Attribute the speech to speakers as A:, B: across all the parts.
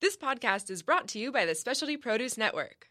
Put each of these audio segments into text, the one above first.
A: This podcast is brought to you by the Specialty Produce Network.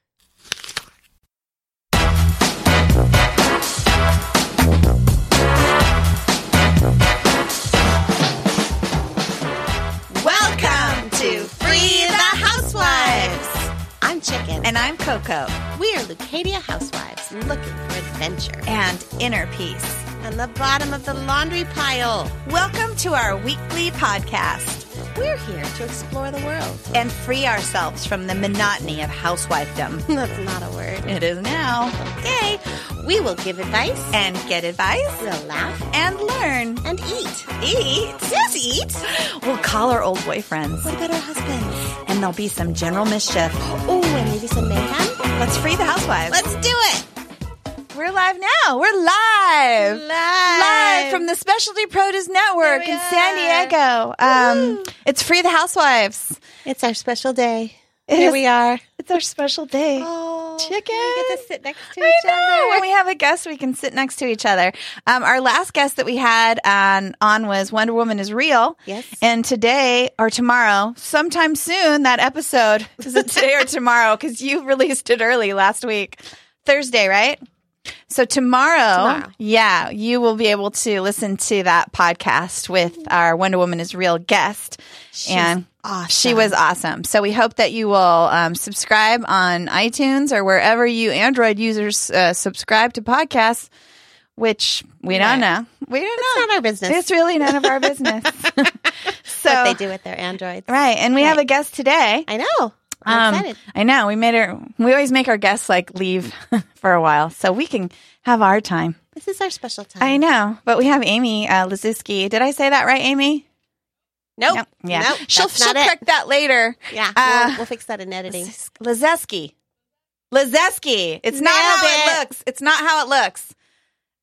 B: Welcome to Free the Housewives.
C: I'm Chicken, and
B: And I'm Coco,
C: we are Lucadia housewives looking for adventure
B: and Inner Peace.
C: on the bottom of the laundry pile.
B: Welcome to our weekly podcast
C: We're here to explore the world.
B: and free ourselves from the monotony of housewifedom.
C: That's not a word.
B: It is now.
C: Okay, we will give advice,
B: And get advice
C: we'll laugh,
B: and learn.
C: and eat.
B: Eat.
C: Yes, eat.
B: We'll call our old boyfriends,
C: What about our husbands?
B: and there'll be some general mischief.
C: Oh, and maybe some mayhem.
B: Let's free the housewives.
C: Let's do it.
B: We're live now. We're live.
C: Live.
B: Live from the Specialty Produce Network
C: There we
B: in San Diego. Um, it's Free the Housewives.
C: It's our special day.
B: It
C: Here
B: is-
C: we are.
B: It's our special day.
C: Oh,
B: Chicken.
C: We get to sit next to
B: I
C: each
B: know. When
C: other.
B: we have a guest, we can sit next to each other. Um, our last guest that we had on, on was Wonder Woman is Real.
C: Yes.
B: And today or tomorrow, sometime soon, that episode is it today or tomorrow? Because you released it early last week, Thursday, right? So tomorrow,
C: Tomorrow.
B: yeah, you will be able to listen to that podcast with our Wonder Woman is Real guest. and
C: awesome.
B: she was awesome. So we hope that you will um, subscribe on iTunes or wherever you Android users uh, subscribe to podcasts, which we don't know. We don't
C: It's
B: know.
C: not our business.
B: It's really none of our business. so
C: what they do with their androids.
B: right, Um, and we have a guest today.
C: I know. I'm excited.
B: I know we made her. We always make our guests like leave for a while so we can have our time.
C: This is our special time.
B: I know, but we have Amy uh, Laziski. Did I say that right, Amy?
C: Nope.
B: Nope. Yeah,
C: Nope.
B: she'll
C: That's
B: she'll
C: not it.
B: correct that later.
C: Yeah.
B: Uh,
C: we'll, we'll fix that in editing.
B: Lazeski. Lazeski. It's not
C: Nailed
B: how it.
C: it.
B: looks. It's not how it looks.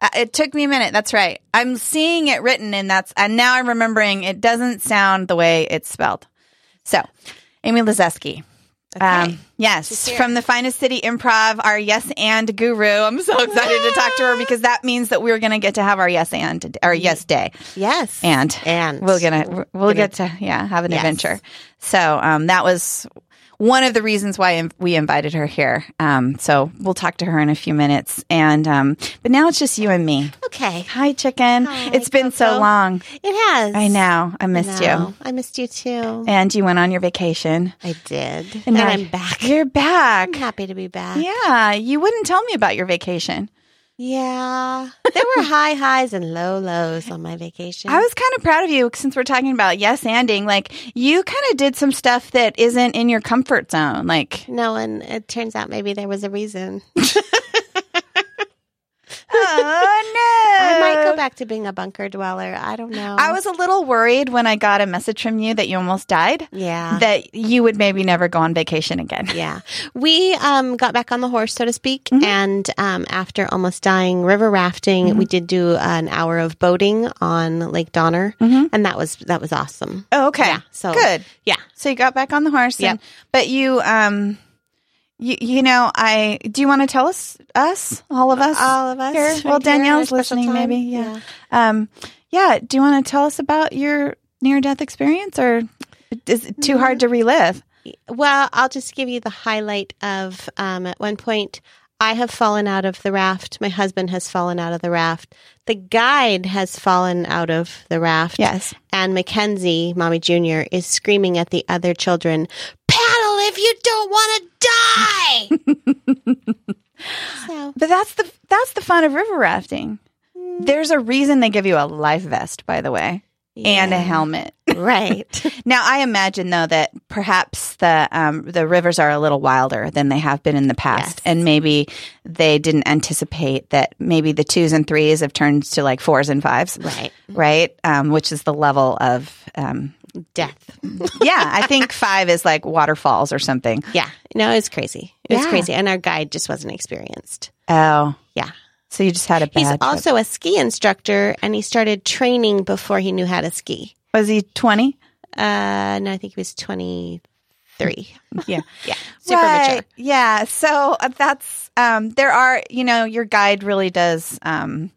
B: Uh, it took me a minute. That's right. I'm seeing it written, and that's and now I'm remembering it doesn't sound the way it's spelled. So, Amy Lazeski.
C: Okay. She's
B: yes,
C: here.
B: from the finest city improv, our yes and guru. I'm so excited to talk to her because that means that we're going to get to have our yes and our yes day
C: yes.
B: and
C: And
B: we're gonna we'll get to yeah have an
C: Yes.
B: adventure so um that was one of the reasons why im- we invited her here um so we'll talk to her in a few minutes and um but now it's just you and me
C: Okay.
B: hi chicken
C: Hi,
B: it's been so
C: Coco.
B: long
C: It has.
B: i know i missed you
C: No, I missed you too.
B: and you went on your vacation
C: I did.
B: now
C: and I'm back.
B: you're back
C: I'm happy to be back.
B: yeah you wouldn't tell me about your vacation
C: Yeah. There were high highs and low lows on my vacation.
B: I was kind of proud of you since we're talking about yes anding. Like you kind of did some stuff that isn't in your comfort zone. Like
C: no, and it turns out maybe there was a reason.
B: oh no!
C: I might go back to being a bunker dweller. I don't know.
B: I was a little worried when I got a message from you that you almost died.
C: Yeah.
B: That you would maybe never go on vacation again.
C: yeah. We um, got back on the horse, so to speak.
B: Mm-hmm.
C: And um, after almost dying river rafting, we did do an hour of boating on Lake Donner.
B: Mm-hmm.
C: And that was that was awesome.
B: Oh, okay.
C: Yeah, so-
B: good.
C: Yeah.
B: So you got back on the horse. and-
C: Yep.
B: But you, um, you, you know, I do you want to tell us, us, all of us,
C: All of us.
B: Here?
C: right
B: well,
C: here in our
B: Danielle's
C: special
B: listening,
C: time.
B: maybe. Yeah. Um, yeah. Do you want to tell us about your near death experience, or is it
C: Mm-hmm.
B: too hard to relive?
C: Well, I'll just give you the highlight of um, at one point, I have fallen out of the raft. My husband has fallen out of the raft. The guide has fallen out of the raft.
B: Yes.
C: And Mackenzie, Mommy Jr., is screaming at the other children, Paddle if you don't want to die! so,
B: But that's the that's the fun of river rafting.
C: Mm.
B: There's a reason they give you a life vest, by the way, and a
C: yeah.
B: helmet.
C: Right.
B: Now, I imagine though that perhaps the um, the rivers are a little wilder than they have been in the past,
C: Yes.
B: and maybe they didn't anticipate that maybe the twos and threes have turned to like fours and fives,
C: Right.
B: right? Um, which is the level of um,
C: Death.
B: yeah. I think five is like waterfalls or something.
C: Yeah. No, it's crazy. It was
B: Yeah.
C: crazy. And our guide just wasn't experienced.
B: Oh,
C: Yeah.
B: so you just had a bad.
C: He's
B: trip.
C: also a ski instructor, and he started training before he knew how to ski.
B: was he twenty?
C: Uh, no, I think he was twenty three.
B: Yeah.
C: Yeah, super
B: Right.
C: mature.
B: Yeah. So uh, that's um, there are you know your guide really does um,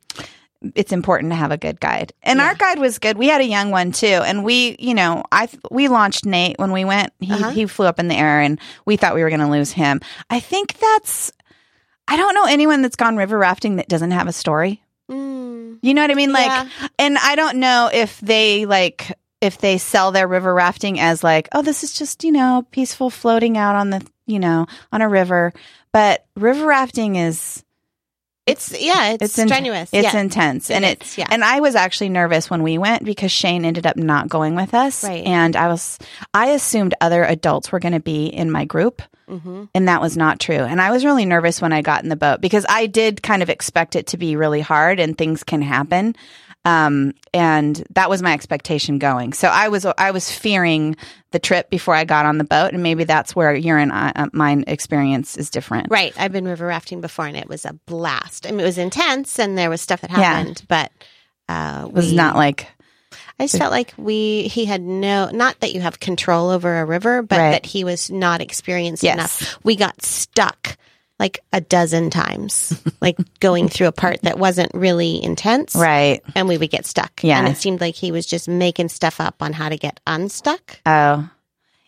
B: it's important to have a good guide. And our guide was good. We had a young one too, and we, you know, I we launched Nate when we went. He
C: Uh-huh.
B: he flew up in the air, and we thought we were going to lose him. I think that's. I don't know anyone that's gone river rafting that doesn't have a story.
C: Mm.
B: You know what I mean? Like,
C: Yeah.
B: and I don't know if they like if they sell their river rafting as like, oh, this is just you know peaceful floating out on the you know on a river, but river rafting is
C: It's yeah, it's,
B: in-
C: strenuous.
B: It's
C: yeah.
B: intense, and it
C: yeah.
B: and I was actually nervous when we went because Shane ended up not going with us,
C: Right.
B: and I was I assumed other adults were going to be in my group,
C: Mhm.
B: and that was not true. And I was really nervous when I got in the boat because I did kind of expect it to be really hard and things can happen. Um, and that was my expectation going. So I was I was fearing the trip before I got on the boat, and maybe that's where your and I, uh, mine experience is different.
C: Right. I've been river rafting before and it was a blast. I mean, it was intense and there was stuff that
B: Yeah.
C: happened, but uh,
B: It was
C: we-
B: not like
C: I just felt like we he had no not that you have control over a river, but
B: Right.
C: that he was not experienced
B: Yes.
C: enough. We got stuck like a dozen times, like going through a part that wasn't really intense,
B: right.
C: and we would get stuck.
B: Yeah.
C: and it seemed like he was just making stuff up on how to get unstuck.
B: Oh,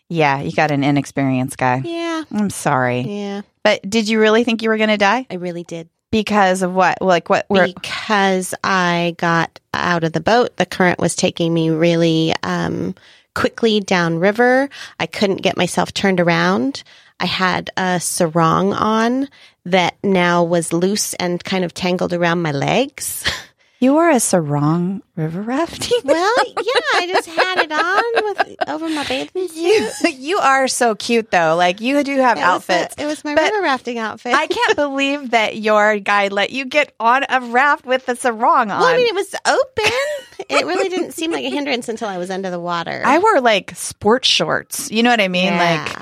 B: yeah, you got an inexperienced guy.
C: Yeah,
B: I'm sorry,
C: yeah,
B: but did you really think you were going to die
C: I really did
B: because of what? Like what? Were,
C: because I got out of the boat. The current was taking me really um, quickly downriver. I couldn't get myself turned around. I had a sarong on that now was loose and kind of tangled around my legs.
B: you were a sarong river rafting.
C: Well, yeah, I just had it on with, over my bathing suit.
B: you you are so cute though. Like you do have
C: It was the-
B: outfits.
C: it was my
B: But
C: river rafting outfit.
B: I can't believe that your guy let you get on a raft with a sarong on.
C: well, I
B: I,
C: mean, it was open. it really didn't seem like a hindrance until I was under the water.
B: wore like sports shorts. You know what I mean?
C: Yeah.
B: Like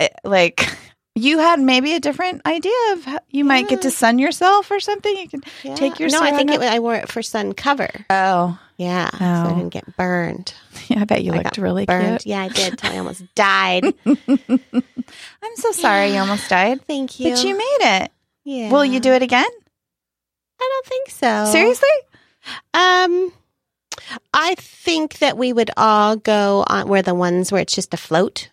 B: eh, like you had maybe a different idea of how you might get to sun yourself or something. You could
C: Yeah.
B: take your
C: no. I
B: sarong
C: think it,
B: up.
C: was- I wore it for sun cover.
B: Oh,
C: Yeah, so
B: Oh.
C: I didn't get burned.
B: yeah, I bet you
C: I
B: looked
C: got
B: really
C: burned.
B: cute.
C: Yeah, I did. till I almost died.
B: I'm so sorry you almost died.
C: Thank you.
B: But you made it.
C: yeah. Oh.
B: Will you do it again?
C: I don't think so.
B: Seriously?
C: Um, I think that we would all go on. We're the ones where it's just a float.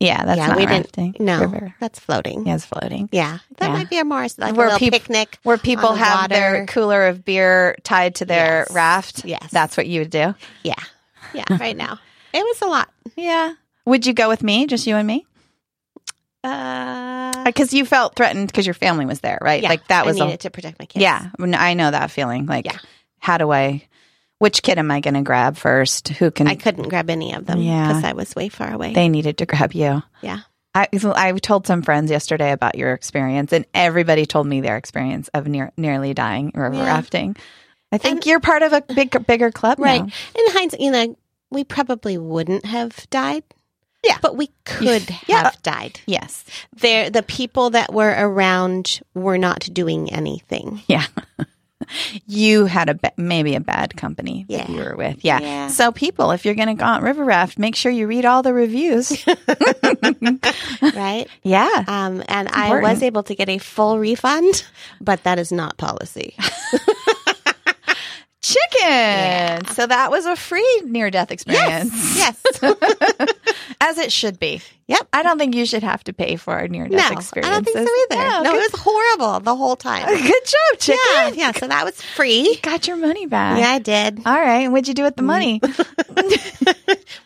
B: Yeah, that's
C: yeah,
B: not
C: we
B: rafting.
C: didn't. No,
B: River.
C: that's floating. Yeah,
B: Yeah, it's floating.
C: that
B: Yeah.
C: might be a more like a
B: Where
C: little
B: peop-
C: picnic.
B: where people
C: on the
B: have their
C: water.
B: cooler of beer tied to their
C: Yes.
B: raft.
C: Yes.
B: That's what you would do.
C: Yeah, yeah. Right now, it was a lot.
B: Yeah. Would you go with me, just you and me?
C: Uh,
B: Because you felt threatened because your family was there, right?
C: yeah,
B: like that was
C: I
B: a
C: needed to protect my kids.
B: yeah. I mean, I know that feeling. Like,
C: Yeah.
B: how do I? Which kid am I going to grab first? Who can?
C: I couldn't grab any of them
B: Yeah.
C: because I was way far away.
B: they needed to grab you.
C: yeah.
B: I I told some friends yesterday about your experience, and everybody told me their experience of near, nearly dying river
C: Yeah.
B: rafting. I think you're part of a big bigger club,
C: Right.
B: now.
C: In hindsight, you know, we probably wouldn't have died.
B: Yeah.
C: But we could
B: Yeah.
C: have died.
B: Yes.
C: There the people that were around were not doing anything.
B: Yeah. you had a ba- maybe a bad company that
C: Yeah.
B: you were with. Yeah.
C: Yeah.
B: So people, if you're going to go on river raft, make sure you read all the reviews.
C: Right?
B: yeah.
C: um and I
B: Important.
C: was able to get a full refund, but that is not policy.
B: Chicken. So that was a free near death experience.
C: yes.
B: As it should be.
C: Yep.
B: I don't think you should have to pay for our near
C: No.
B: death
C: I
B: experience.
C: don't think so either.
B: No,
C: no,
B: good,
C: it was horrible the whole time.
B: good job, chicken.
C: yeah, yeah. So that was free.
B: Got your money back.
C: Yeah, I did.
B: All right. And what'd you do with the money?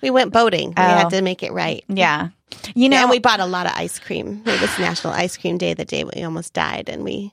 C: We went boating.
B: Oh.
C: We had to make it right.
B: yeah. You know,
C: and we bought a lot of ice cream. It was National Ice Cream Day the day we almost died, and we, we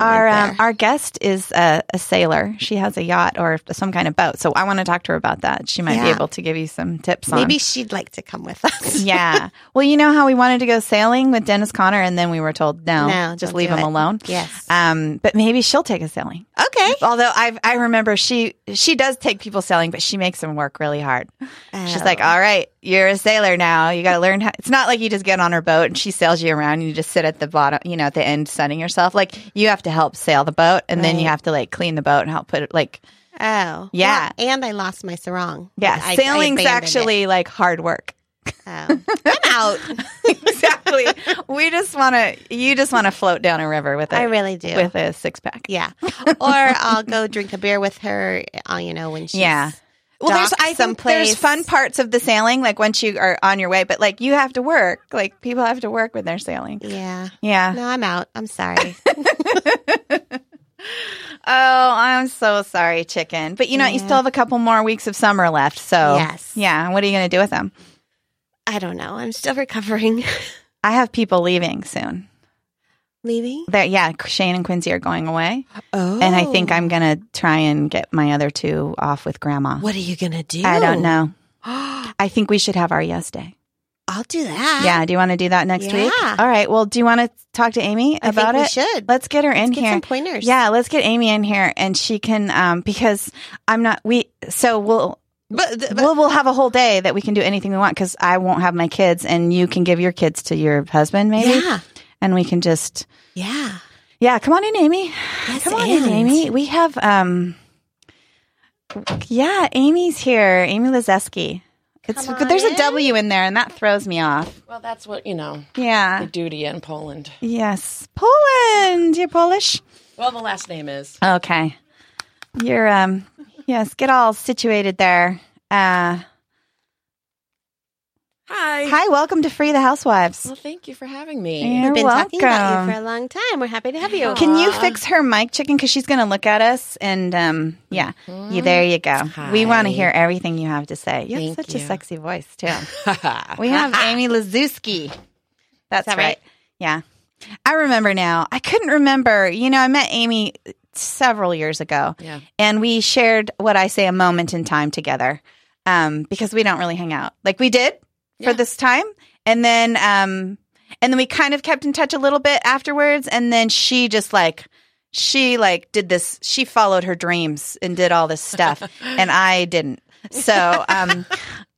B: Our
C: went
B: um,
C: there.
B: our guest is a, a sailor. She has a yacht or some kind of boat. So I want to talk to her about that. She might be
C: Yeah.
B: able to give you some tips on.
C: maybe she'd like to come with us.
B: yeah. Well, you know how we wanted to go sailing with Dennis Connor, and then we were told no,
C: No,
B: just
C: don't
B: leave
C: do
B: him
C: it.
B: alone.
C: Yes.
B: Um, but maybe she'll take us sailing.
C: Okay.
B: Although I I remember she she does take people sailing, but she makes them work really hard. She's
C: Oh.
B: like, all right, you're a sailor now. You got to learn how. It's not like you just get on her boat and she sails you around and you just sit at the bottom, you know, at the end sunning yourself. Like, you have to help sail the boat and then you
C: Right.
B: have to like clean the boat and help put it like,
C: Oh,
B: Yeah.
C: Well, and I lost my sarong.
B: yeah,
C: Like, I- I
B: sailing's
C: abandoned it.
B: actually like hard work.
C: Oh. I'm out.
B: exactly. We just want to you just want to float down a river with it.
C: I really do.
B: with a six pack.
C: yeah. or I'll go drink a beer with her, uh, you know, when she's.
B: Yeah. Well, there's
C: dock
B: I think there's
C: someplace.
B: fun parts of the sailing, like once you are on your way, but like you have to work. Like people have to work when they're sailing.
C: Yeah.
B: Yeah.
C: No, I'm out. I'm sorry.
B: Oh, I'm so sorry, chicken. But you know, what? you
C: Yeah.
B: still have a couple more weeks of summer left. So
C: Yes.
B: yeah. What are you going to do with them?
C: I don't know. I'm still recovering.
B: I have people leaving soon.
C: Leaving?
B: They're, yeah, Shane and Quincy are going away,
C: Oh.
B: and I think I'm going to try and get my other two off with Grandma.
C: What are you going to do?
B: I don't know.
C: I'll
B: I think we should have our yes day.
C: do that.
B: yeah. Do you want to do that next week?
C: Yeah.
B: All right. Well, do you want to talk to Amy
C: I
B: about
C: think
B: it?
C: we should.
B: Let's get her in
C: get
B: here.
C: some pointers.
B: Yeah, let's get Amy in here and she can um because I'm not we so we'll
C: But, but
B: we'll, we'll have a whole day that we can do anything we want cuz I won't have my kids and you can give your kids to your husband maybe
C: yeah.
B: and we can just
C: Yeah.
B: Yeah, come on in Amy.
C: Yes,
B: come on in
C: and-
B: Amy. We have um Yeah, Amy's here. Amy Lazeski. It's
C: Come on
B: there's a
C: in.
B: W in there and that throws me off.
D: Well, that's what, you know,
B: Yeah.
D: the duty in Poland.
B: Yes. Poland. You're Polish?
D: Well, the last name is.
B: Okay. You're um yes, get all situated there. Uh
D: Hi.
B: hi, welcome to Free the Housewives.
D: Well, thank you for having me.
B: You're
C: We've been
B: welcome.
C: talking about you for a long time. We're happy to have you.
B: Can you fix her mic chicken cuz she's going to look at us and um yeah. You there you go. We want to
D: Hi.
B: hear everything you have to say. You have
D: Thank
B: such a
D: you.
B: sexy voice too. We have Amy Lazuski. That's
C: that
B: right.
C: right?
B: Yeah. I remember now. I couldn't remember. You know, I met Amy several years ago.
D: Yeah.
B: And we shared what I say a moment in time together. Um, because we don't really hang out. Like we did
D: Yeah.
B: for this time. And then um and then we kind of kept in touch a little bit afterwards and then she just like she like did this she followed her dreams and did all this stuff and I didn't. So um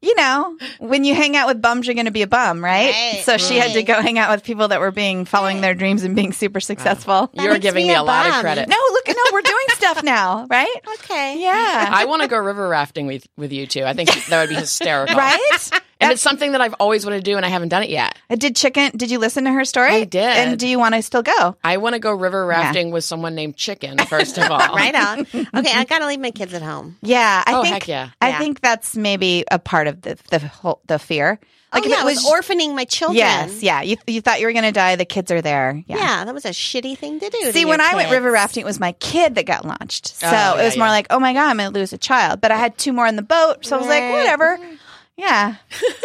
B: you know, when you hang out with bums, you're going to be a bum, right?
C: Right,
B: so she had to
C: right.
B: go hang out with people that were being following their dreams and being super successful.
C: That
D: You're
C: makes
D: giving
C: me
D: me
C: a
D: a lot
C: bum.
D: of credit.
B: No, look, no, we're doing stuff now, right?
C: Okay.
B: Yeah.
D: I want to go river rafting with, with you two. I think that would be hysterical.
B: Right?
D: And it's something that I've always wanted to do and I haven't done it yet.
B: Did chicken? Did you listen to her story?
D: I did.
B: And do you want to still go?
D: I want to go river rafting with someone named Chicken, first of all.
C: Right on. Okay, I gotta leave my kids at home.
B: Yeah, I
D: Oh,
B: think.
D: heck yeah.
B: I
C: Yeah.
B: think that's maybe a part of the the whole the fear.
C: Like oh, yeah, it was, orphaning my children.
B: yes, yeah. You you thought you were going to die. The kids are there.
C: yeah. that was a shitty thing to do. to
B: See,
C: your
B: when I went
C: kids.
B: river rafting, it was my kid that got launched. So
D: Oh, yeah,
B: it was more
D: yeah.
B: like, oh my God, I'm going to lose a child. But I had two more on the boat. So I was like,
C: Right.
B: whatever. Yeah,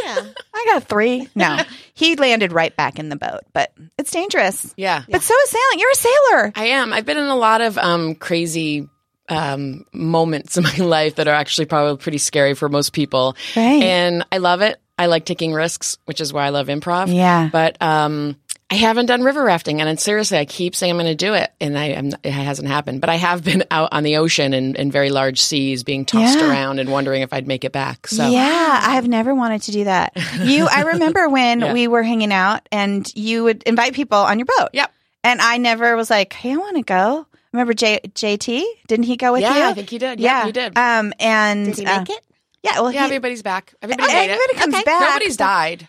C: yeah,
B: I got three. No, he landed right back in the boat, but it's dangerous.
D: Yeah.
B: But so is sailing. You're a sailor.
D: I am. I've been in a lot of um, crazy um, moments in my life that are actually probably pretty scary for most people.
B: Right.
D: And I love it. I like taking risks, which is why I love improv.
B: Yeah.
D: But um, I haven't done river rafting, and i seriously, I keep saying I'm going to do it, and I am it hasn't happened. But I have been out on the ocean and in very large seas, being tossed
B: Yeah.
D: around and wondering if I'd make it back. So
B: Yeah, I have never wanted to do that. You, I remember when
D: Yeah.
B: we were hanging out and you would invite people on your boat.
D: Yep.
B: And I never was like, hey, I want to go. Remember J- JT? Didn't he go with
D: yeah,
B: you?
D: I think he did. Yeah, he did.
B: Um, and
C: did he
B: uh,
C: make it?
B: yeah, well,
D: yeah,
B: he,
D: everybody's back. Everybody made it.
B: everybody comes
C: Okay.
B: back.
D: Nobody's died.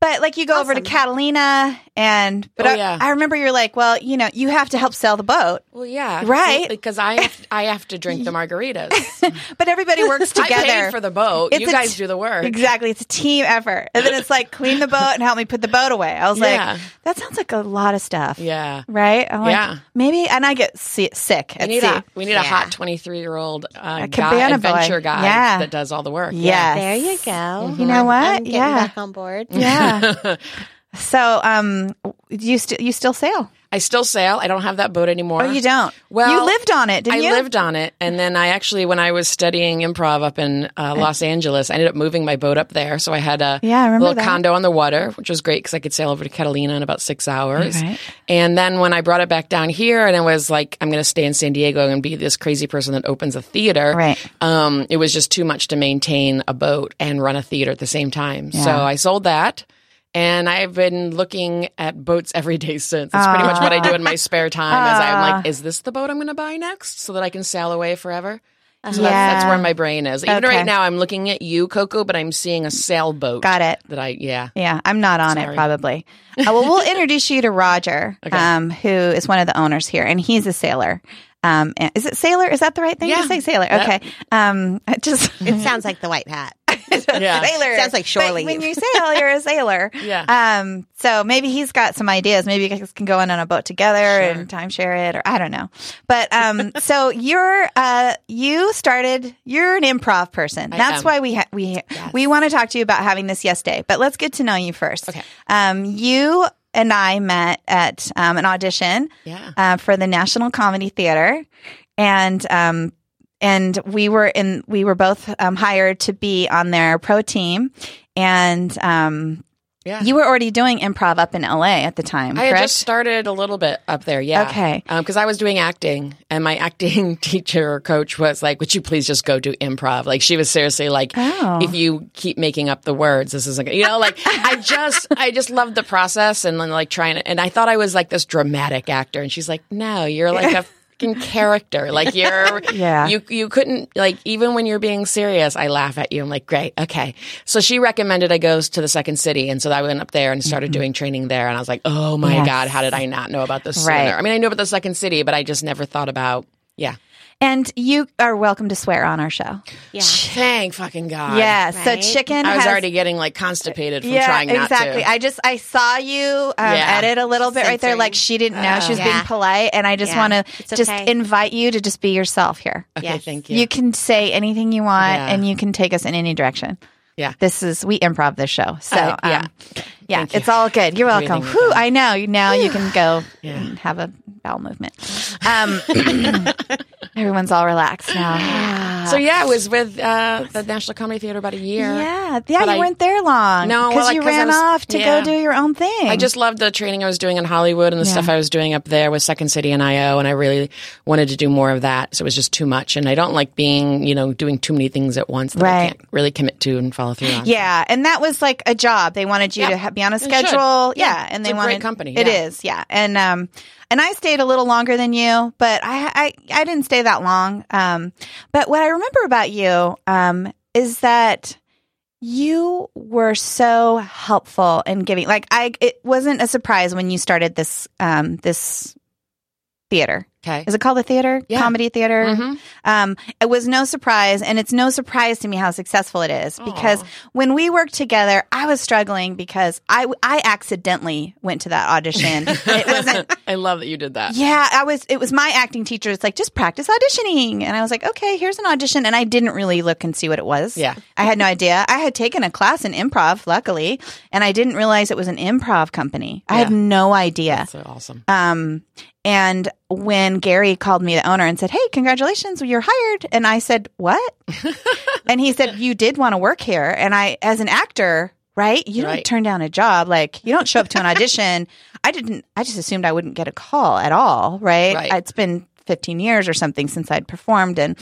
B: But like you go over to
C: Awesome.
B: Catalina and but
D: Oh,
B: I,
D: yeah.
B: I remember you're like, well, you know, you have to help sell the boat.
D: Well, yeah,
B: Right.
D: Because I have, I have to drink the margaritas.
B: But everybody works together.
D: I paid for the boat.
B: It's
D: you
B: a
D: guys
B: t-
D: do the work.
B: Exactly. It's a team effort. And then it's like clean the boat and help me put the boat away. I was
D: Yeah.
B: like, that sounds like a lot of stuff.
D: Yeah.
B: Right? I'm like,
D: Yeah.
B: Maybe and I get si- sick
D: We
B: at
D: need,
B: sea.
D: a, we need a hot 23 year old uh, guy,
B: cabana
D: adventure
B: boy.
D: guy
B: Yeah.
D: that does all the work.
B: Yes.
C: There you go. Mm-hmm.
B: You know what?
C: I'm getting
B: Yeah.
C: back on board.
B: Yeah. so um you still you still sail.
D: I still sail. I don't have that boat anymore.
B: Oh you don't.
D: Uh, Well,
B: you lived on it, didn't
D: I
B: you?
D: lived on it. And then I actually, when I was studying improv up in uh, Los Angeles, I ended up moving my boat up there. So I had a
B: Yeah, I remember
D: little
B: that.
D: condo on the water, which was great because I could sail over to Catalina in about six hours.
B: Right.
D: And then when I brought it back down here and I was like, I'm going to stay in San Diego and be this crazy person that opens a theater.
B: Right.
D: Um, it was just too much to maintain a boat and run a theater at the same time. So I sold that. And I've been looking at boats every day since. It's pretty
B: Ah.
D: much what I do in my spare time. As I'm like, is this the boat I'm going to buy next so that I can sail away forever?
C: Uh-huh.
D: So that's, that's
B: Yeah.
D: where my brain is. Even
B: Okay.
D: right now, I'm looking at you, Coco, but I'm seeing a sailboat.
B: Got it.
D: That I, yeah.
B: Yeah, I'm not on it
D: Sorry.
B: probably. Uh, well, we'll introduce you to Roger, um, who is one of the owners here, and he's a sailor. Um, and- is it sailor? Is that the right thing
D: Yeah.
B: to say? Sailor. Okay. Um, I just
C: It sounds like the white hat.
D: Yeah.
B: sailor
C: Sounds like shore
B: But
C: leave.
B: When you sail, you're a sailor.
D: Yeah.
B: Um. So maybe he's got some ideas. Maybe you guys can go in on a boat together and timeshare it, or I don't know. But um. so you're uh. You started. You're an improv person. That's
D: am.
B: why we ha- we ha- we want to talk to you about having this yes day. But let's get to know you first.
D: Okay.
B: Um. You and I met at um, an audition
D: Yeah.
B: uh, for the National Comedy Theater, and um, and we were in we were both um, hired to be on their pro team, and um,
D: Yeah.
B: you were already doing improv up in LA at the time,
D: I had
B: correct?
D: just started a little bit up there, yeah.
B: Okay.
D: Because I was doing acting, and my acting teacher or coach was like, "Would you please just go do improv?" Like she was seriously like,
B: Oh.
D: "If you keep making up the words, this isn't gonna, you know." Like I just, I just loved the process, and then like trying, to, and I thought I was like this dramatic actor, and she's like, "No, you're like a." fucking character like you're
B: Yeah.
D: you you couldn't like even when you're being serious i laugh at you i'm like great okay so she recommended i go to the second city and so i went up there and started doing training there and i was like oh my
B: Mm-hmm. Yes.
D: god how did i not know about this
B: Right.
D: sooner i mean i knew about the second city but i just never thought about yeah
B: and you are welcome to swear on our show.
C: Yeah.
D: thank fucking god
B: yeah, so
C: Right.
B: chicken.
D: i was
B: has-
D: already getting like constipated from
B: yeah,
D: trying not
B: exactly.
D: to
B: I just I saw you um,
D: Yeah. Oh.
B: edit a little bit right there.
C: Censoring.
B: Like she didn't know she was
C: Yeah.
B: being polite, and I just
C: Yeah.
B: want to
C: It's
B: just
C: okay.
B: invite you to just be yourself here.
D: okay
C: Yes.
D: thank you
B: You can say anything you want,
D: Yeah.
B: and you can take us in any direction.
D: Yeah.
B: this is we improv this show, so
D: Uh, yeah.
B: um, yeah, it's all good. You're welcome.
D: Breathing
B: Whew, I know. You- Now you can go and have a bowel movement. Um, everyone's all relaxed now.
D: so yeah i was with uh, the national comedy theater about a year
B: Yeah, yeah.
D: But
B: you
D: I-
B: weren't there long.
D: No, well,
B: because
D: like,
B: you
D: 'cause I
B: ran
D: was-
B: off to
D: yeah.
B: go do your own thing.
D: I just loved the training I was doing in Hollywood and the
B: Yeah.
D: stuff I was doing up there with Second City and IO, and I really wanted to do more of that. So it was just too much, and I don't like being, you know, doing too many things at once that I
B: Right.
D: can't really commit to and follow through on.
B: Yeah, and that was like a job. They wanted you
D: Yeah.
B: to ha- be on a
D: should.
B: schedule. Yeah.
D: Yeah.
B: and
D: It's
B: they
D: a great
B: wanted
D: company,
B: It
D: yeah.
B: is, yeah. And um, and I stayed a little longer than you, but I I, I didn't stay that long. Um, but what I remember about you um is that you were so helpful in giving. Like I, it wasn't a surprise when you started this um this theater.
D: Okay.
B: Is it called the theater?
D: Yeah.
B: Comedy theater.
D: hmm
B: Um, it was no surprise, and it's no surprise to me how successful it is because when we worked together, I was struggling because I I accidentally went to that audition. it wasn't.
D: I love that you did that.
B: Yeah, I was. It was my acting teacher. It's like just practice auditioning, and I was like, okay, here's an audition, and I didn't really look and see what it was.
D: Yeah.
B: I had no idea. I had taken a class in improv, luckily, and I didn't realize it was an improv company. I had
D: Yeah.
B: no idea.
D: That's so awesome.
B: Um, and when Gary called me the owner and said, Hey, congratulations, you're hired. And I said, What? and he said, You did want to work here. And I, as an actor, right? You don't
D: Right.
B: turn down a job. Like you don't show up to an audition. I didn't, I just assumed I wouldn't get a call at all. Right.
D: Right.
B: It's been 15 years or something since I'd performed. And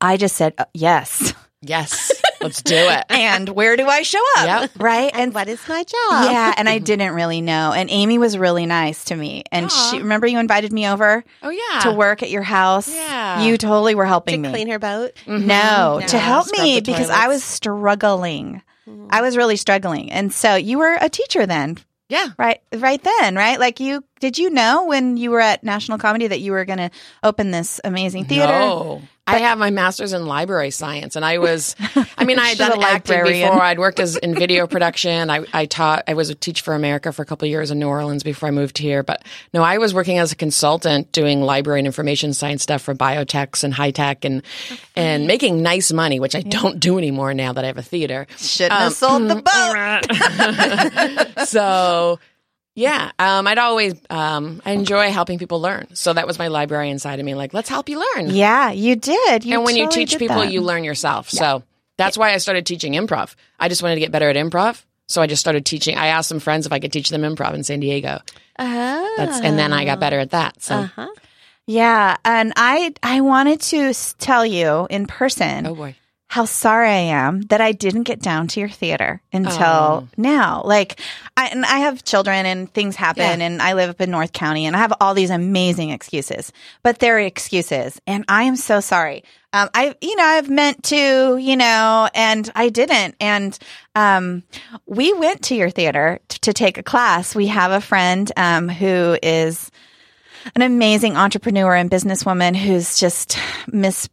B: I just said, uh, Yes.
D: Yes. Let's do it.
B: And where do I show up?
D: Yep.
B: Right.
C: And what is my job?
B: Yeah, and I didn't really know. And Amy was really nice to me. And she remember you invited me over
D: Oh yeah.
B: to work at your house.
D: Yeah.
B: You totally were helping
C: To
B: me.
C: clean her boat.
B: no,
D: Mm-hmm. No,
B: to help
D: scrub
B: me
D: the
B: because
D: toilets.
B: I was struggling.
C: Mm-hmm.
B: I was really struggling. And so you were a teacher then,
D: Yeah.
B: right right then, right? Like you did you know when you were at National Comedy that you were going to open this amazing theater?
D: No. I have my master's in library science, and I was, I mean, I had
B: She's a
D: done acting
B: librarian.
D: before. I'd worked as in video production. I, I taught, I was a Teach for America for a couple of years in New Orleans before I moved here. But no, I was working as a consultant doing library and information science stuff for biotechs and high tech and, and making nice money, which I don't do anymore now that I have a theater.
B: Shouldn't
D: Um,
B: have sold the boat.
D: so yeah, um, I'd always, um, I enjoy helping people learn. So that was my librarian side of me, like, let's help you learn.
B: Yeah, you did. You
D: and when
B: totally
D: you teach
B: did
D: people,
B: that.
D: you learn yourself. So that's why I started teaching improv. I just wanted to get better at improv, so I just started teaching. I asked some friends if I could teach them improv in San Diego.
C: Oh.
D: That's and then I
B: Ah.
D: got better at that. So
C: Uh-huh.
B: Yeah, and I I wanted to s- tell you in person
D: oh boy,
B: how sorry I am that I didn't get down to your theater until
D: Oh.
B: now. Like, I, and I have children and things happen,
D: Yeah.
B: and I live up in North County, and I have all these amazing excuses, but they're excuses, and I am so sorry. Um, I, you know, I've meant to, you know, and I didn't. And um, we went to your theater t- to take a class. We have a friend um, who is an amazing entrepreneur and businesswoman who's just miss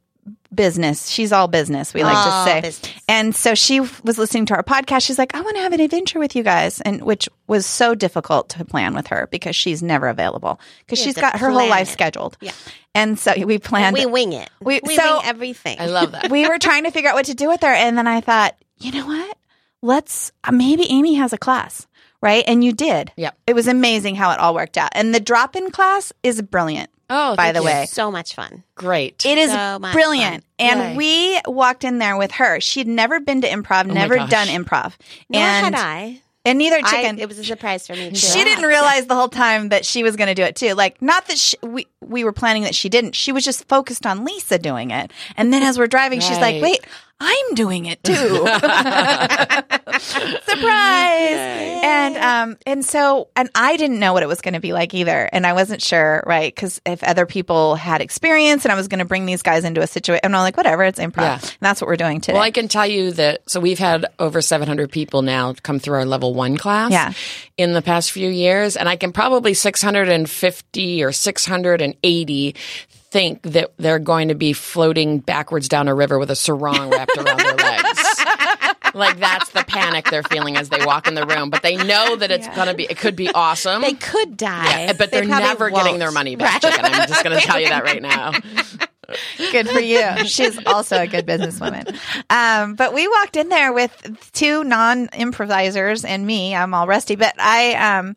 B: business. She's all business, we like
C: All
B: to say.
C: business.
B: And so she was listening to our podcast. She's like, I want to have an adventure with you guys. And which was so difficult to plan with her because she's never available because
C: You
B: she's
C: have
B: got
C: to
B: her whole
C: plan
B: life
C: it.
B: scheduled.
C: Yeah.
B: And so we planned
C: we wing it.
B: We-
C: We,
B: so-
C: wing everything.
D: I love that.
B: we were trying to figure out what to do with her. And then I thought, you know what? Let's uh, maybe Amy has a class, right? And you did.
D: Yep.
B: It was amazing how it all worked out. And the drop in class is brilliant.
D: Oh,
B: By
D: thank
B: the
D: you.
B: way.
C: so much fun.
D: great.
B: It is
C: So much
B: brilliant. And
D: Yay.
B: we walked in there with her. She'd never been to improv,
D: my
B: never
D: gosh.
B: done improv.
C: Oh Nor
B: and,
C: had I.
B: and neither
C: I-
B: chicken.
C: It was a surprise for me. Too.
B: she didn't realize the whole time that she was going to do it too. Like, not that she, we we were planning that she didn't. She was just focused on Lisa doing it. And then as we're driving, she's like,
D: Right.
B: "Wait, I'm doing it too!" Surprise! And um and so and I didn't know what it was going to be like either, and I wasn't sure, right? Because if other people had experience, and I was going to bring these guys into a situation, and I'm like, whatever, it's improv,
D: Yeah.
B: and that's what we're doing today.
D: Well, I can tell you that. So we've had over 700 people now come through our level one class
B: Yeah.
D: in the past few years. And I can probably 650 or 680 think that they're going to be floating backwards down a river with a sarong wrapped around their legs. Like that's the panic they're feeling as they walk in the room, but they know that it's going to be, it could be awesome. eh,
C: They could die,
D: but
C: They
D: they're
C: probably
D: never getting their
C: won't.
D: money back. Chicken. I'm just going to tell you that right now.
B: good for you. She's also a good businesswoman. Um, but we walked in there with two non improvisers and me. I'm all rusty, but I um,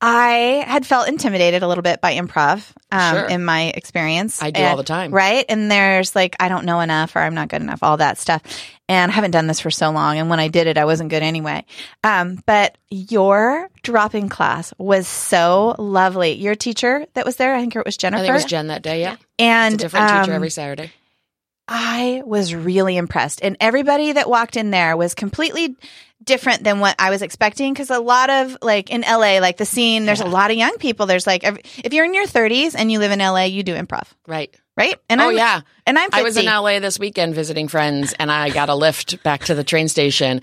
B: I had felt intimidated a little bit by improv um,
D: Sure.
B: in my experience.
D: I do all the time.
B: right? And there's like I don't know enough or I'm not good enough, all that stuff. And I haven't done this for so long. And when I did it, I wasn't good anyway. Um, but your drop in class was so lovely. Your teacher that was there, I think it was Jennifer.
D: I think it was Jen that day. Yeah.
B: and
D: It's a different teacher
B: um,
D: every Saturday.
B: I was really impressed. And everybody that walked in there was completely different than what I was expecting. Cause a lot of like in LA, like the scene, there's a lot of young people. There's like, every, if you're in your 30s and you live in LA, you do improv,
D: Right.
B: right? And
D: oh,
B: I'm,
D: yeah.
B: And I'm 50.
D: I was in LA this weekend visiting friends, and I got a lift back to the train station,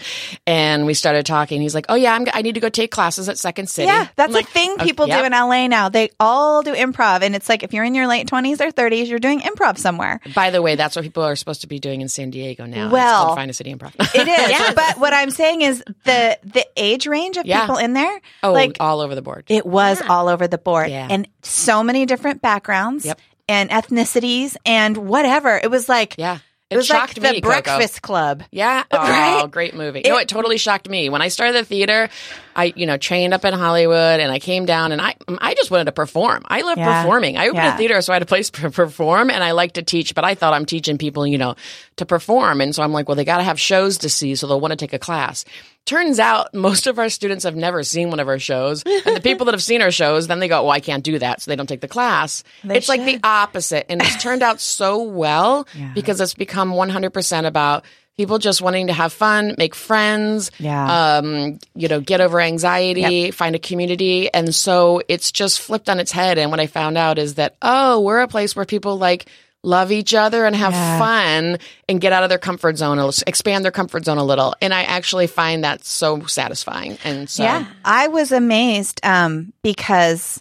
D: and we started talking. He's like, "Oh yeah, I'm, I need to go take classes at Second City."
B: Yeah, that's
D: I'm like,
B: a thing people
D: yeah.
B: do in LA now. They all do improv. And it's like, if you're in your late 20s or 30s, you're doing improv somewhere.
D: By the way, that's what people are supposed to be doing in San Diego now. It's
B: Well,
D: called find a city improv.
B: It is. But what I'm saying is the, the age range of
D: Yeah.
B: people in there,
D: oh,
B: like
D: all over the board.
B: It was all over the board
D: Yeah.
B: and so many different backgrounds
D: Yep.
B: and ethnicities and whatever. It was like
D: yeah,
B: it, was like
D: shocked
B: the
D: me, Coco.
B: Breakfast Club.
D: Yeah. Oh,
B: Right?
D: great movie. no, it totally shocked me. When I started the theater, I, you know, trained up in Hollywood and I came down and I I just wanted to perform. I love
B: Yeah.
D: performing. I opened
B: Yeah.
D: a theater so I had a place to perform and I like to teach, but I thought I'm teaching people, you know, to perform. And so I'm like, well, they got to have shows to see, so they'll want to take a class. Turns out most of our students have never seen one of our shows. And the people that have seen our shows, then they go, well, I can't do that. So they don't take the class. it's like the opposite. And it's turned out so well because it's become 100% about people just wanting to have fun, make friends,
B: Yeah.
D: um, you know, get over anxiety, find a community. And so it's just flipped on its head. And what I found out is that, oh, we're a place where people like love each other and have fun and get out of their comfort zone, and expand their comfort zone a little. And I actually find that so satisfying. And so,
B: Yeah. I was amazed um, because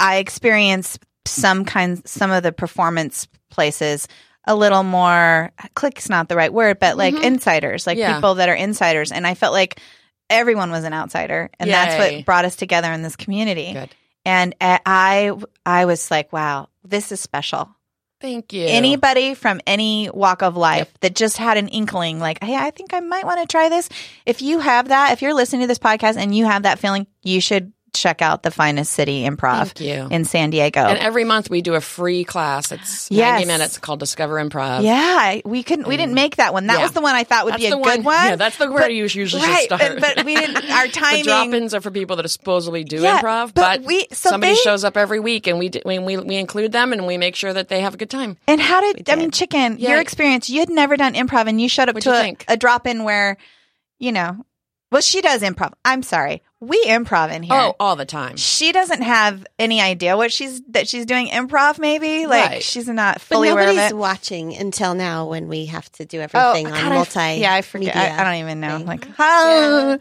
B: I experienced some kinds, some of the performance places a little more click's not the right word, but like insiders, like
D: Mm-hmm. Yeah.
B: people that are insiders. And I felt like everyone was an outsider. And that's
D: Yay.
B: what brought us together in this community.
D: Good.
B: And uh, I, I was like, wow, this is special.
D: thank you.
B: Anybody from any walk of life that just had an inkling, like, hey, I think I might want to try this. If you have that, if you're listening to this podcast and you have that feeling, you should check out the finest city improv
D: Thank you.
B: in San Diego.
D: And every month we do a free class. It's
B: Yes.
D: 90 minutes called Discover Improv.
B: yeah, I- we couldn't. We didn't make that one. That
D: uh, Mm. Yeah.
B: was the one I thought would
D: That's
B: be a
D: the
B: good
D: one-
B: one.
D: yeah, that's the- where you usually should
B: right,
D: start.
B: But, but we didn't. Our
D: The drop
B: timing.
D: ins are for people that supposedly do
B: Yeah,
D: improv,
B: but
D: but,
B: we- so
D: somebody
B: they-
D: shows up every week and we, d- we, we, we include them and we make sure that they have a good time.
B: and how did, I mean, chicken? Your experience. You had never done improv, and you showed up
D: What'd
B: to
D: you
B: a,
D: think?
B: a drop in where, you know, well, she does improv. I'm sorry, we improv in here.
D: Oh, all the time.
B: she doesn't have any idea what she's that she's doing improv. Maybe like
D: Right.
B: she's not
C: But
B: fully aware of
C: nobody's
B: it.
C: watching until now when we have to do
B: Oh,
C: everything
B: God,
C: on
B: I f-
C: multi.
B: yeah, I forget. I, I don't even know. Like, oh.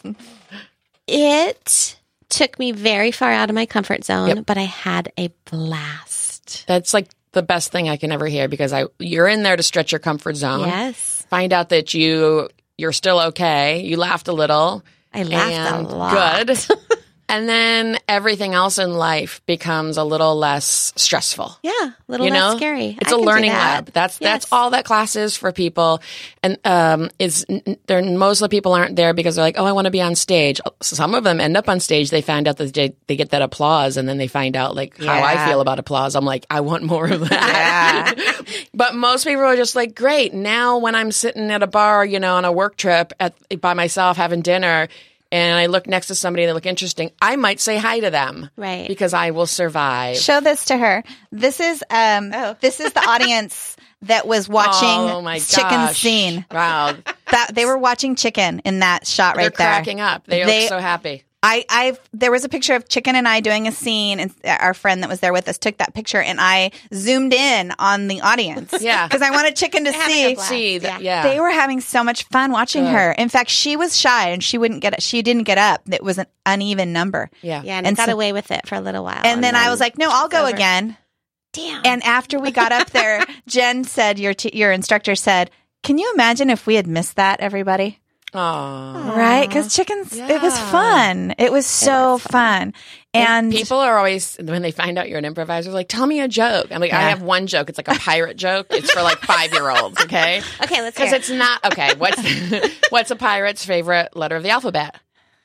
C: um, it took me very far out of my comfort zone, but I had a blast.
D: That's like the best thing I can ever hear because I you're in there to stretch your comfort zone.
C: Yes,
D: Find out that you you're still okay. You laughed a little.
C: I laughed
D: and
C: a lot.
D: Good. and then everything else in life becomes a little less stressful.
C: Yeah, a little
D: you
C: less
D: know
C: scary.
D: it's
C: a
D: a learning lab that's that's
C: Yes.
D: all that class is for people and um is they're most of the people aren't there because they're like oh i want to be on stage some of them end up on stage they find out that they, they get that applause and then they find out like how
B: Yeah.
D: i feel about applause i'm like i want more of that but most people are just like great now when i'm sitting at a bar you know on a work trip at by myself having dinner and I look next to somebody and they look interesting. I might say hi to them,
C: Right.
D: Because I will survive.
B: Show this to her. This is um this is the audience that was watching
D: oh my gosh!
B: chicken scene.
D: Wow,
B: That they were watching chicken in that shot
D: They're
B: right there.
D: cracking up. They,
B: They-
D: look so happy.
B: I I there was a picture of chicken and I doing a scene and our friend that was there with us took that picture and I zoomed in on the audience.
D: Yeah.
B: Cuz I wanted chicken to
C: having
B: see
C: a blast.
D: See,
C: Yeah.
D: that, yeah.
B: They were having so much fun watching her. In fact, she was shy and she wouldn't get she didn't get up. It was an uneven number.
D: yeah.
C: Yeah, and,
B: And
C: I got
B: so-
C: away with it for a little while.
B: And then I was like, "No, I'll go
C: Oh, over.
B: again."
C: "Damn!"
B: And after we got up there, Jen said, "Your t- your instructor said." Can you imagine if we had missed that, everybody?
D: Aw.
B: Right? Because chickens, it was
D: Yeah.
B: fun. It was so fun. And
D: People are always when they find out you're an improviser, they're like, tell me a joke. I'm like, I
B: Yeah.
D: have one joke. It's like a pirate joke. It's for like five year olds, okay?
C: okay, let's
D: Because
C: hear. it.
D: it's not okay. What's what's a pirate's favorite letter of the alphabet?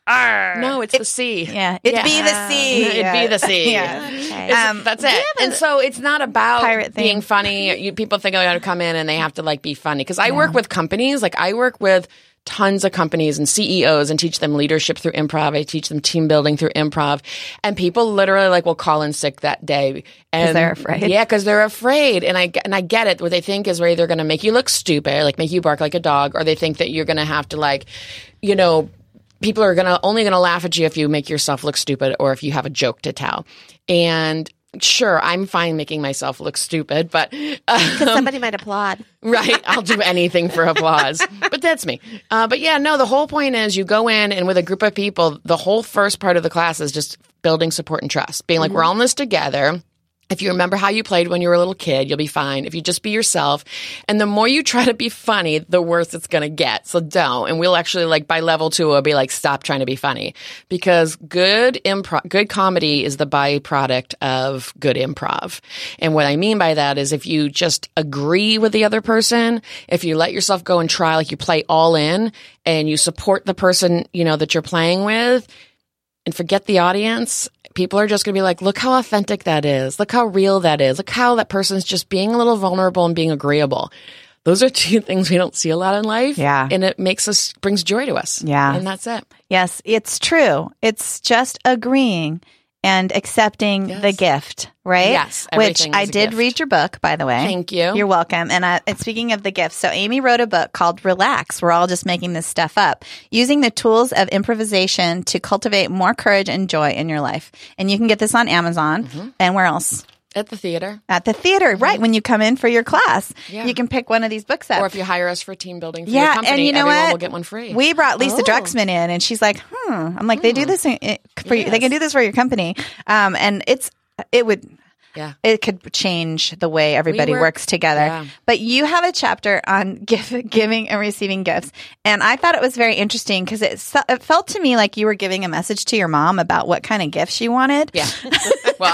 D: R. No, it's the C.
B: yeah, it'd be the sea.
D: It'd be the sea.
B: Yeah.
C: Okay.
D: It's-
B: Um,
D: that's it. And so it's not about
B: Pirate thing.
D: being funny. You, people think I got to come in and they have to like be funny. Because I work with companies, like I work with tons of companies and CEOs and teach them leadership through improv. I teach them team building through improv, and people literally like will call in sick that day and
B: they're afraid.
D: Yeah, because they're afraid, and I and I get it. What they think is we're either going to make you look stupid, like make you bark like a dog, or they think that you're going to have to like, you know people are gonna only gonna laugh at you if you make yourself look stupid or if you have a joke to tell. And sure, I'm fine making myself look stupid, but uh,
C: Somebody might applaud.
D: right, I'll do anything for applause. But that's me. Uh, but yeah, no, the whole point is you go in and with a group of people, the whole first part of the class is just building support and trust, being like we're all in this together. If you remember how you played when you were a little kid, you'll be fine. If you just be yourself, and the more you try to be funny, the worse it's gonna get. So don't. And we'll actually like by level two, I'll be like, stop trying to be funny because good improv, good comedy is the byproduct of good improv. And what I mean by that is if you just agree with the other person, if you let yourself go and try, like you play all in, and you support the person you know that you're playing with and forget the audience, people are just going to be like, look how authentic that is. Look how real that is. Look how that person's just being a little vulnerable and being agreeable. Those are two things we don't see a lot in life.
B: Yeah.
D: And it makes us, brings joy to us.
B: Yeah.
D: And that's it.
B: Yes, it's true. It's just agreeing and accepting the gift, right?
D: Yes,
B: Which
D: everything is
B: I
D: a
B: did
D: gift.
B: read your book, by the way.
D: Thank you.
B: You're welcome. And, I, and speaking of the gift, so Amy wrote a book called Relax. We're all just making this stuff up, using the tools of improvisation to cultivate more courage and joy in your life. And you can get this on Amazon
D: Mm-hmm.
B: and where else?
D: At the theater.
B: At the theater, right? When you come in for your class, you can pick one of these books up.
D: Mm-hmm. Or if you hire us for team building for
B: Yeah,
D: your
B: and
D: company,
B: you know
D: everyone
B: what?
D: will get one free. Oh.
B: We brought Lisa Drexman in, and she's like, "Hmm." I'm like, "They do this in, it- for you. They can do this for your company." Um, and it's it would
D: yeah.
B: it could change the way everybody
D: work-
B: works together.
D: yeah.
B: But you have a chapter on give, giving and receiving gifts, and I thought it was very interesting because it, se- it felt to me like you were giving a message to your mom about what kind of gift she wanted.
D: Yeah. Well,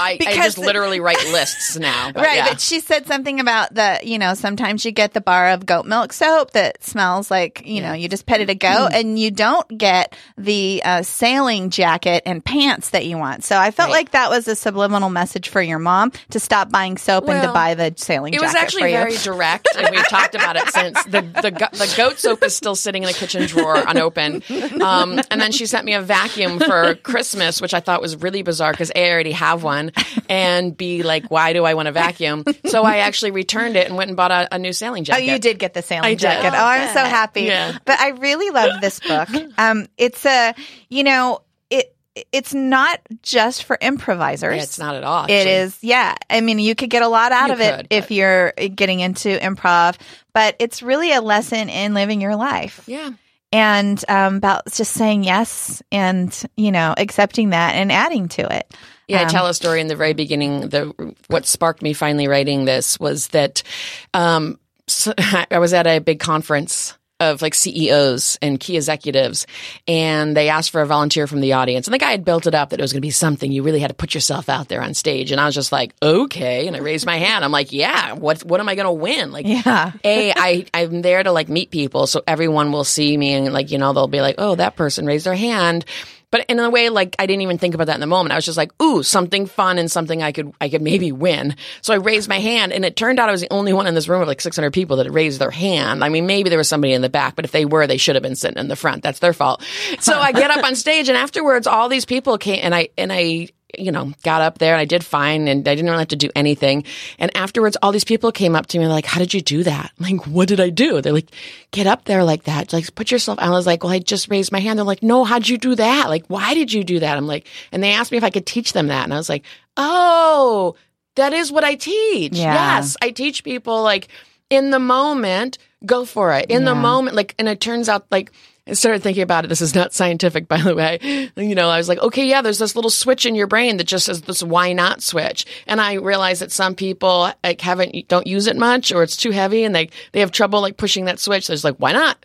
D: I, I
B: Because
D: just
B: the-
D: literally write lists now. But
B: right,
D: yeah.
B: but she said something about the, you know, sometimes you get the bar of goat milk soap that smells like, you know, you just petted a goat
D: Mm-hmm.
B: and you don't get the uh, sailing jacket and pants that you want. So I felt like that was a subliminal message for your mom to stop buying soap and to
D: Well,
B: buy the sailing
D: it
B: jacket
D: was actually
B: for you.
D: very direct, and we've talked about it since. The, the go- the goat soap is still sitting in the kitchen drawer unopened. Um, and then she sent me a vacuum for Christmas, which I thought was really bizarre because A, I already have one, and B, like, why do I want a vacuum? So I actually returned it and went and bought a, a new sailing
B: Oh,
D: jacket.
B: you did get the sailing
D: did.
B: jacket. Oh,
D: Oh,
B: I'm so happy.
D: Yeah.
B: But I really love this book. Um, it's a, you know, it it's not just for improvisers.
D: Yeah, it's not at all.
B: It
D: actually.
B: is, yeah. I mean, you could get a lot out
D: You
B: of it
D: could,
B: if
D: but-
B: you're getting into improv, but it's really a lesson in living your life
D: Yeah.
B: and um, about just saying yes and you know accepting that and adding to it.
D: Yeah,
B: Um,
D: I tell a story in the very beginning. The what sparked me finally writing this was that um, so- I was at a big conference of like CEOs and key executives, and they asked for a volunteer from the audience. And the guy had built it up that it was going to be something you really had to put yourself out there on stage. And I was just like, okay. And I raised my hand. I'm like, yeah. What what am I going to win? Like,
B: Yeah.
D: a I I'm there to like meet people, so everyone will see me and like you know they'll be like, oh that person raised their hand. But in a way, like I didn't even think about that in the moment. I was just like, "Ooh, something fun and something I could I could maybe win." So I raised my hand, and it turned out I was the only one in this room of like 600 people that had raised their hand. I mean, maybe there was somebody in the back, but if they were, they should have been sitting in the front. That's their fault. So I get up on stage, and afterwards, all these people came, and I and I you know, got up there and I did fine and I didn't really have to do anything. And afterwards, all these people came up to me and like, how did you do that? I'm like, what did I do? They're like, get up there like that. Like, put yourself. I was like, well, I just raised my hand. They're like, no, how'd you do that? Like, why did you do that? I'm like, and they asked me if I could teach them that. And I was like, oh, that is what I teach.
B: Yeah.
D: Yes. I teach people like in the moment, go for it. In the moment, like, and it turns out like I started thinking about it. This is not scientific, by the way. You know, I was like, okay, yeah, there's this little switch in your brain that just says this why not switch. And I realized that some people like haven't, don't use it much or it's too heavy and they, they have trouble like pushing that switch. There's like, why not?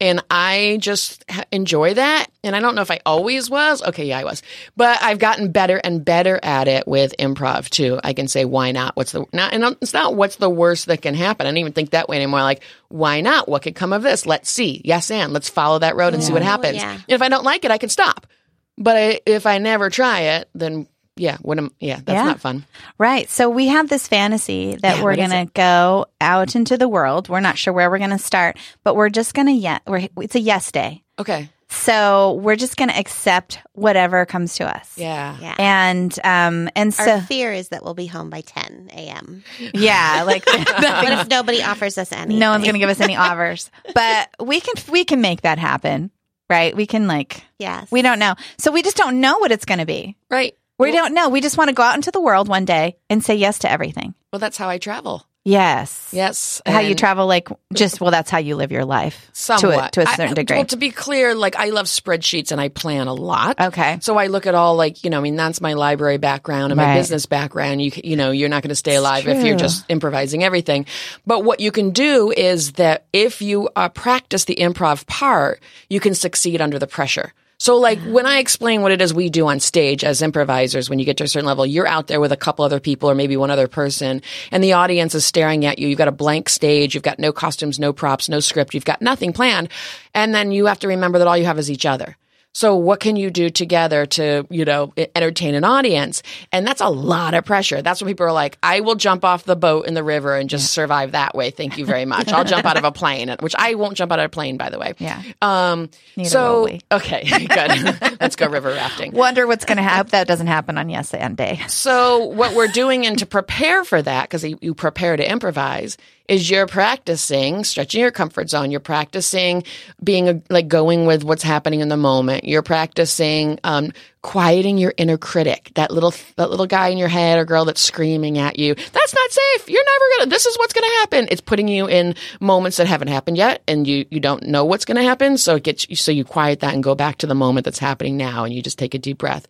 D: and I just h- enjoy that. And I don't know if I always was. Okay, yeah, I was. But I've gotten better and better at it with improv too. I can say, why not? What's the, not, and it's not what's the worst that can happen. I don't even think that way anymore. Like, why not? What could come of this? Let's see. Yes, and let's follow that road and see what happens.
C: yeah.
D: And if I don't like it, I can stop. But I, if I never try it, then yeah, what am, yeah, that's
B: Yeah.
D: not fun.
B: Right. So we have this fantasy that
D: Yeah,
B: we're
D: what is
B: going to go out into the world. We're not sure where we're going to start, but we're just going to yeah, we're, it's a yes day.
D: Okay.
B: So we're just going to accept whatever comes to us.
D: Yeah.
C: Yeah.
B: And um and so
C: Our fear is that we'll be home by 10 a.m.
B: yeah, like
C: What if nobody offers us any?
B: no one's going to give us any offers. But we can we can make that happen, right? We can like
C: Yes.
B: we don't know. So we just don't know what it's going to be.
D: Right.
B: We don't know. We just want to go out into the world one day and say yes to everything.
D: Well, that's how I travel.
B: Yes.
D: Yes.
B: how you
D: And-
B: travel like just well that's how you live your life
D: Somewhat.
B: to a, to a
D: I-
B: certain degree
D: Well, to be clear, like I love spreadsheets and I plan a lot.
B: okay
D: So I look at all like you know, I mean that's my library background and my
B: Right.
D: business background. You c- you know, you're not going to stay alive if
B: true.
D: you're just improvising everything. But what you can do is that if you uh, practice the improv part, you can succeed under the pressure. So like when I explain what it is we do on stage as improvisers, when you get to a certain level, you're out there with a couple other people or maybe one other person and the audience is staring at you. You've got a blank stage. You've got no costumes, no props, no script. You've got nothing planned. And then you have to remember that all you have is each other. So what can you do together to, you know, e, entertain an audience? And that's a lot of pressure. That's when people are like, I will jump off the boat in the river and just survive that way. Thank you very much. I'll jump out of a plane, which I won't jump out of a plane, by the way.
B: Yeah.
D: Um,
B: Neither will
D: so,
B: we.
D: okay, good. Let's go river rafting.
B: wonder what's going to happen that doesn't happen on yes and day
D: So what we're doing and to prepare for that, because you, you prepare to improvise, is you're practicing stretching your comfort zone. You're practicing being a, like going with what's happening in the moment. You're practicing um, quieting your inner critic, that little that little guy in your head or girl that's screaming at you. That's not safe. You're never gonna. This is what's gonna happen. It's putting you in moments that haven't happened yet, and you you don't know what's gonna happen. So it gets you. So you quiet that and go back to the moment that's happening now, and you just take a deep breath.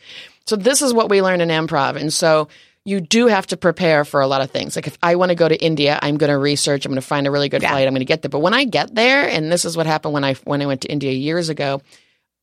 D: So this is what we learn in improv. And so you do have to prepare for a lot of things. Like if I want to go to India, I'm going to research, I'm going to find a really good flight, I'm going to get there. But when I get there, and this is what happened when I when I went to India years ago,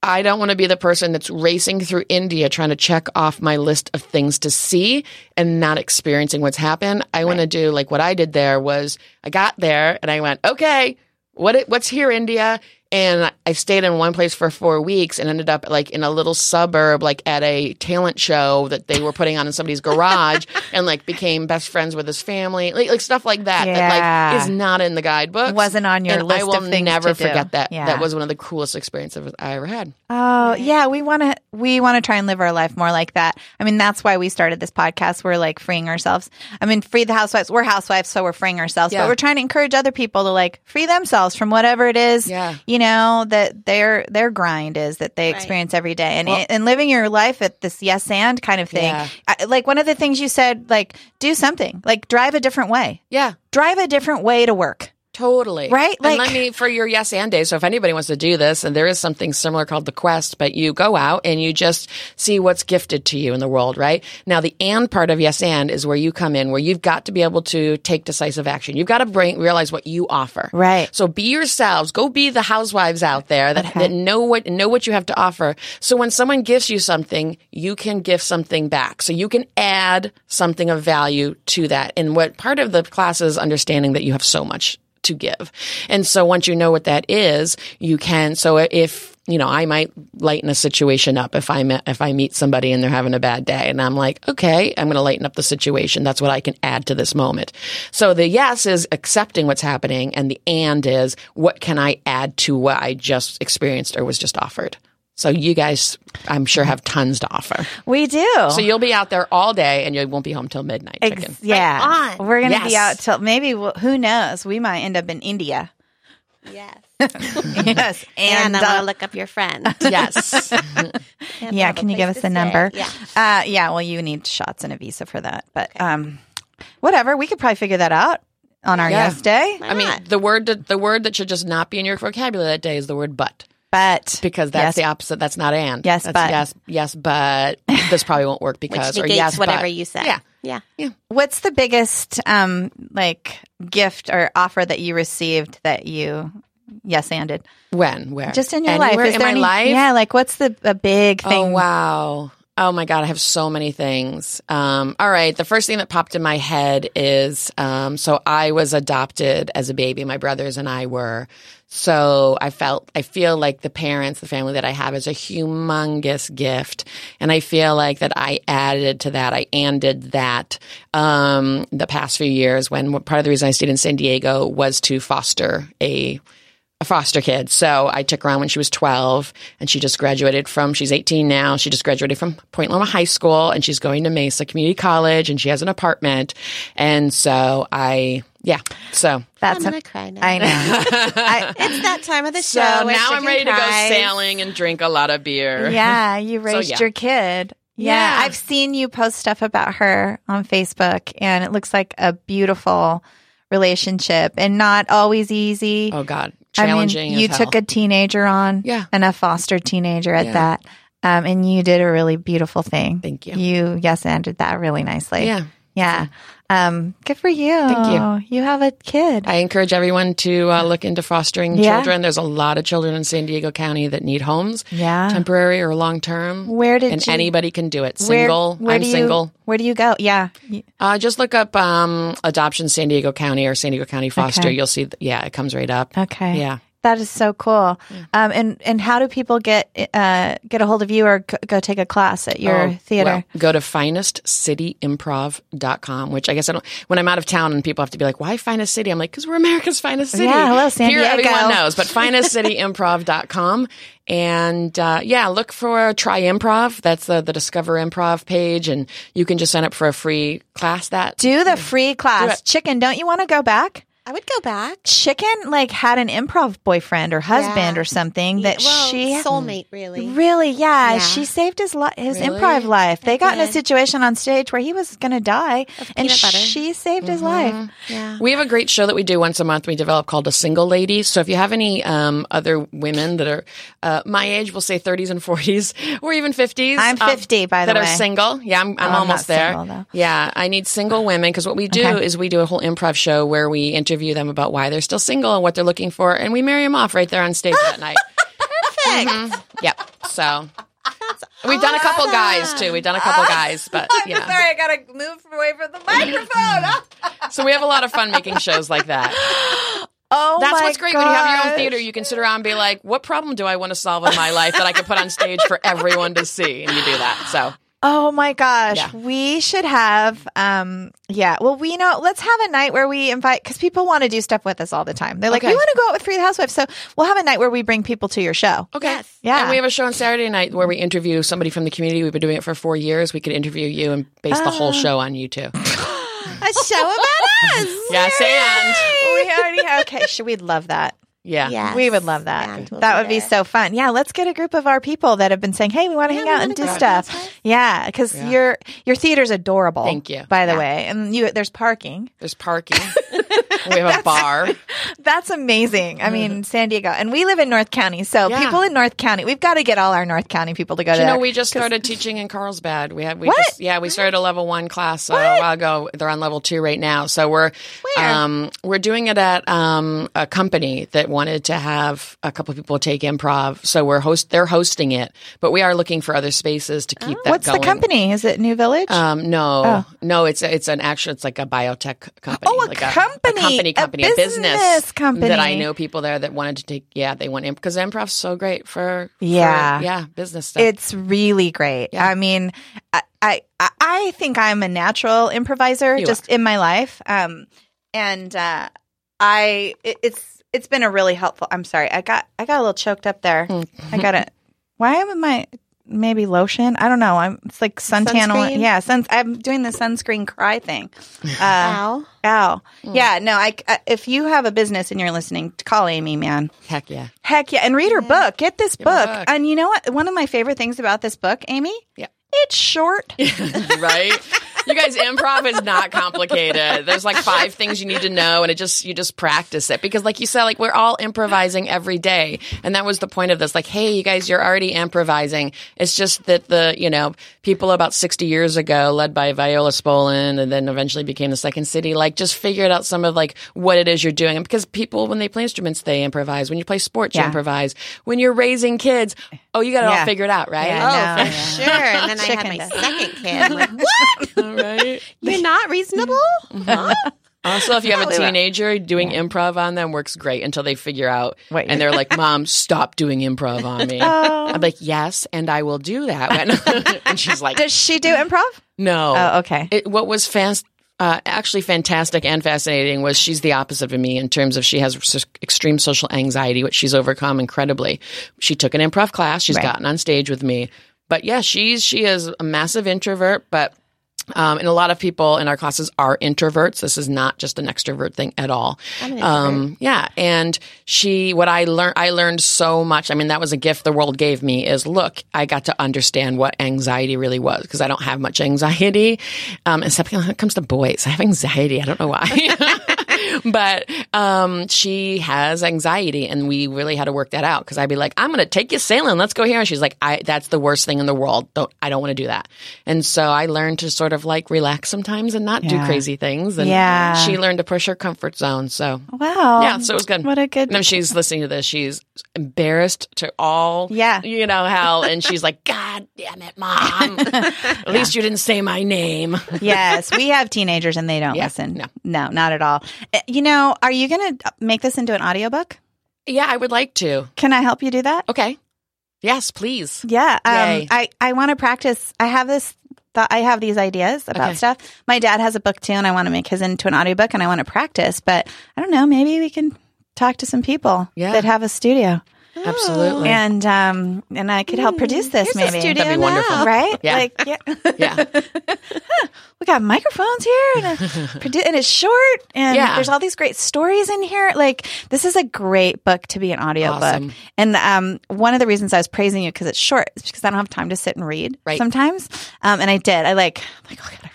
D: I don't want to be the person that's racing through India trying to check off my list of things to see and not experiencing what's happened. I want to do like what I did there was I got there and I went, okay, what it, what's here, India? And I stayed in one place for four weeks and ended up like in a little suburb, like at a talent show that they were putting on in somebody's garage, and like became best friends with his family, like, like stuff like that. That
B: Yeah.
D: like is not in the guidebook.
B: Wasn't on your
D: and
B: list
D: I will
B: of things
D: never
B: to do.
D: forget that.
B: Yeah.
D: That was one of the coolest experiences I ever had.
B: Oh yeah, we want to we want to try and live our life more like that. I mean, that's why we started this podcast. We're like freeing ourselves. I mean, free the housewives. We're housewives, so we're freeing ourselves.
D: Yeah.
B: But we're trying to encourage other people to like free themselves from whatever it is,
D: Yeah.
B: you know, that their their grind is that they
C: Right.
B: experience every day, and and living your life at this yes and kind of thing.
D: Yeah.
B: I, like one of the things you said, like do something, like drive a different way,
D: Yeah,
B: drive a different way to work.
D: totally.
B: Right?
D: and
B: Like-
D: let me for your yes and day. So if anybody wants to do this, and there is something similar called the quest, but you go out and you just see what's gifted to you in the world, right? Now the and part of yes and is where you come in, where you've got to be able to take decisive action. You've got to bring realize what you offer.
B: Right.
D: So be yourselves. Go be the housewives out there that, that know what know what you have to offer. So when someone gives you something, you can give something back. So you can add something of value to that. And what part of the class is understanding that you have so much to give. And so once you know what that is, you can so if you know, I might lighten a situation up if I met, if I meet somebody and they're having a bad day, and I'm like, okay, I'm going to lighten up the situation. That's what I can add to this moment. So the yes is accepting what's happening, and the and is what can I add to what I just experienced or was just offered. So you guys, I'm sure, have tons to offer.
B: We do.
D: So you'll be out there all day, and you won't be home till midnight.
B: Ex-
D: chicken.
B: yeah,
C: Right on.
B: we're gonna be
D: Yes.
B: out till maybe. we'll- Who knows? We might end up in India.
C: Yes.
B: yes,
C: And,
B: and,
C: I want
B: uh,
C: to look up your friend.
D: Yes.
C: And
B: yeah,
C: have a
B: can you give
C: place
B: us
C: to
B: the number?
C: stay. Yeah.
B: uh, yeah. Well, you need shots and a visa for that, but um, whatever. We could probably figure that out on our
D: Yeah.
B: yes day.
C: Why
D: I mean,
C: not?
D: the word that, the word that should just not be in your vocabulary that day is the word but.
B: But
D: because
B: Yes.
D: that's the opposite. That's not and.
B: Yes,
D: that's
B: but.
D: yes, yes, but this probably won't work
C: which
D: because or
C: negates
D: yes,
C: whatever
D: but.
C: you said.
D: Yeah.
C: Yeah.
B: what's the biggest um like gift or offer that you received that you yes anded
D: When? Where?
B: just in your
D: Anywhere
B: life? Is
D: in
B: there
D: my
B: any-
D: life?
B: Yeah, like what's the a big thing?
D: Oh wow. Oh my god, I have so many things. Um, all right, the first thing that popped in my head is um, so I was adopted as a baby. My brothers and I were. So I felt I feel like the parents, the family that I have is a humongous gift, and I feel like that I added to that. I anded that um, the past few years when part of the reason I stayed in San Diego was to foster a a foster kid. So I took her on when she was 12 and she just graduated from, she's 18 now. She just graduated from Point Loma High School and she's going to Mesa Community College and she has an apartment. And so I, yeah. So,
B: That's
C: I'm
B: a-
C: going to cry now.
B: I know. I,
C: It's that time of the show.
D: so now
C: where
D: I'm
C: chicken
D: ready to go
C: cries.
D: sailing and drink a lot of beer.
B: Yeah, you raised
D: yeah.
B: your kid. Yeah,
D: Yeah.
B: I've seen you post stuff about her on Facebook, and it looks like a beautiful relationship and not always easy.
D: Oh God.
B: I
D: Challenging.
B: mean, you
D: as
B: took
D: hell.
B: a teenager on
D: Yeah.
B: and a foster teenager at
D: Yeah.
B: that. Um, and you did a really beautiful thing.
D: Thank you.
B: You, yes, ended that really nicely.
D: Yeah.
B: Yeah. Um, good for you.
D: Thank
B: you. You have a kid.
D: I encourage everyone to uh, look into fostering
B: Yeah.
D: children. There's a lot of children in San Diego County that need homes,
B: yeah.
D: temporary or long term.
B: Where did
D: and
B: you-
D: anybody can do it.
B: Where-
D: Single.
B: where
D: I'm
B: do you-
D: single.
B: Where do you go? Yeah. You-
D: Uh, just look up um, adoption San Diego County or San Diego County foster.
B: Okay.
D: You'll see. Th- yeah, it comes right up.
B: Okay.
D: Yeah.
B: That is so cool. Um, and and how do people get uh, get a hold of you or go, go take a class at your
D: Oh,
B: theater?
D: well, go to finestcityimprov.com, which I guess I don't, when I'm out of town and people have to be like, why Finest City? I'm like, because we're America's Finest City.
B: Yeah, hello, San
D: Here everyone
B: Diego.
D: knows, but finestcityimprov.com. And uh, yeah, look for Try Improv. That's the, the Discover Improv page. And you can just sign up for a free class that.
B: do the free class.
D: it.
B: Chicken, don't you want to go back?
C: I would go back.
B: Chicken like had an improv boyfriend or husband
C: Yeah.
B: or something that
C: well,
B: she
C: soulmate really.
B: really yeah,
C: Yeah.
B: she saved his li- his
D: Really?
B: improv life. They got in a
C: did.
B: situation on stage where he was going to die and
C: peanut butter.
B: she saved his life.
C: Yeah.
D: We have a great show that we do once a month. We develop called a single lady. So if you have any um, other women that are uh, my age, we'll say 30s and 40s, or even 50s.
B: I'm
D: um,
B: 50, by the
D: that
B: way. Oh,
D: are single. Yeah, I'm, I'm
B: not
D: almost there.
B: single, though.
D: yeah, I need single women because what we do
B: Okay.
D: is we do a whole improv show where we interview them about why they're
C: Mm-hmm.
D: still single and what they're looking for, and we marry them off right there on stage that night.
C: Perfect.
D: Yep. So we've done a couple guys too. We've done a couple guys, but you know.
B: Sorry, I gotta move away from the microphone.
D: So we have a lot of fun making shows like that.
E: Oh,
D: That's what's great when you have your own
E: gosh.
D: theater. You can sit around and be like, what problem do I want to solve in my life that I can put on stage for everyone to see? And you do that. So
B: Oh my gosh,
D: Yeah.
B: we should have um yeah, well we know let's have a night where we invite cuz people want to do stuff with us all the time. They're like
D: Okay.
B: we want to go out with Free the Housewife. So we'll have a night where we bring people to your show.
D: Okay.
B: Yeah.
D: And we have a show on Saturday night where we interview somebody from the community. We've been doing it for four years. We could interview you and base the whole show on you too.
B: A show about us.
D: yes, and
B: we already have, okay, should we love that?
D: yeah.
C: Yes.
B: We would love that.
C: And we'll
B: that would be
C: there.
B: so fun. Yeah, let's get a group of our people that have been saying, "Hey, we want to hang out and do stuff." Yeah, because your your theater's adorable.
D: Thank you.
B: By the way, and you there's parking.
D: There's parking. we have a bar.
B: That's amazing. I mean, San Diego, and we live in North County, so
D: Mm. Yeah.
B: people in North County, we've got to get all our North County people to go to.
D: You know,
B: that.
D: we just started teaching in Carlsbad. We had
B: uh,
D: we
B: What?
D: just yeah, we started a level one class uh, a while ago. They're on level two right now. So we're um we're doing it at um a company that wanted to have a couple people take improv. So we're host they're hosting it, but we are looking for other spaces to keep that
B: Oh. What's
D: going.
B: the company? Is it New Village?
D: Um, no, no, it's it's an actual, it's like a biotech company.
B: Oh, a
D: like
B: company,
D: a company,
B: a
D: company, a business,
B: business company.
D: That I know people there that wanted to take. Yeah, they want because improv's so great for, for-
B: Yeah.
D: yeah, business stuff.
B: it's really great. I mean, I, I I think I'm a natural improviser
D: You
B: just in my life. Um, and uh, I it, it's it's been a really helpful. I'm sorry, I got I got a little choked up there.
D: Hmm.
B: I got it. Why am I maybe lotion? I don't know. I'm it's like suntan. oil-
C: Sunscreen?
B: Yeah, suns. I'm doing the sunscreen cry thing. Uh,
C: Wow.
B: ow.
D: Hmm.
B: Yeah. No. I, I if you have a business and you're listening, call Amy, man.
D: Heck yeah,
B: Heck yeah. And read her book. Get this
D: her
B: book.
D: book.
B: And you know what? One of my favorite things about this book, Amy?
D: Yeah.
B: It's short.
D: right. You guys, improv is not complicated. There's like five things you need to know, and it just you just practice it because, like you said, like we're all improvising every day, and that was the point of this. Like, hey, you guys, you're already improvising. It's just that the you know people about 60 years ago, led by Viola Spolin, and then eventually became the Second City, like just figured out some of like what it is you're doing. And because people, when they play instruments, they improvise. When you play sports,
B: Yeah.
D: you improvise. When you're raising kids, oh, you got it
B: Yeah.
D: all figured out, right?
B: Yeah, I know.
C: Oh, for sure. And then I had
B: Chicken
C: my
B: dip.
C: second kid. I'm like, what?
D: Oh, right.
C: You're not reasonable?
B: Mm-hmm.
C: Huh?
D: Also, if you have a
C: Probably right.
D: teenager doing improv on them works great until they figure out
B: Wait. Oh.
D: and they're like, "Mom, stop doing improv on me." I'm like, "Yes, and I will do that." When and she's like,
B: Does she do improv?
D: "No."
B: Oh, okay.
D: It, what was fast, uh, actually fantastic and fascinating was she's the opposite of me in terms of she has s- extreme social anxiety, which she's overcome incredibly. She took an improv class. She's gotten on stage with me, but yeah, she's she is a massive introvert, but. Um, and a lot of people in our classes are introverts. This is not just an extrovert thing at all. Um, yeah. And she, what I learned, I learned so much. I mean, that was a gift the world gave me is look, I got to understand what anxiety really was because I don't have much anxiety. Um, except when it comes to boys, I have anxiety. I don't know why. but, um, she has anxiety and we really had to work that out because I'd be like, I'm going to take you sailing. Let's go here. And she's like, I, that's the worst thing in the world. Don't, I don't want to do that. And so I learned to sort of like relax sometimes and not do crazy things. And
B: Yeah.
D: she learned to push her comfort zone. So
B: Wow.
D: yeah, so it was good.
B: What a good.
D: And if she's listening to this, she's embarrassed to all,
B: Yeah.
D: you know, hell. And she's like, God damn it, mom. At least you didn't say my name.
B: yes, we have teenagers and they don't
D: Yeah,
B: listen.
D: no.
B: no, not at all. Uh, You know, are you going to make this into an audiobook?
D: Yeah, I would like to.
B: Can I help you do that?
D: Okay. Yes, please.
B: Yeah. Um,
D: Yay.
B: I, I want to practice. I have this. Th- I have these ideas about
D: Okay.
B: stuff. My dad has a book too, and I want to make his into an audiobook, and I want to practice. But I don't know. Maybe we can talk to some people
D: Yeah.
B: that have a studio,
D: Absolutely.
B: and um, and I could help produce this.
C: Here's a
B: maybe
C: studio
D: That'd be wonderful.
C: now.
B: right?
D: Yeah.
B: Like, yeah.
D: yeah.
B: we got microphones here, and, a produ- and it's short, and
D: Yeah.
B: there's all these great stories in here. Like, this is a great book to be an audiobook.
D: Awesome.
B: And um, one of the reasons I was praising you because it's short is because I don't have time to sit and read
D: Right.
B: sometimes. Um, and I did. I like, I'm like, oh, I gotta read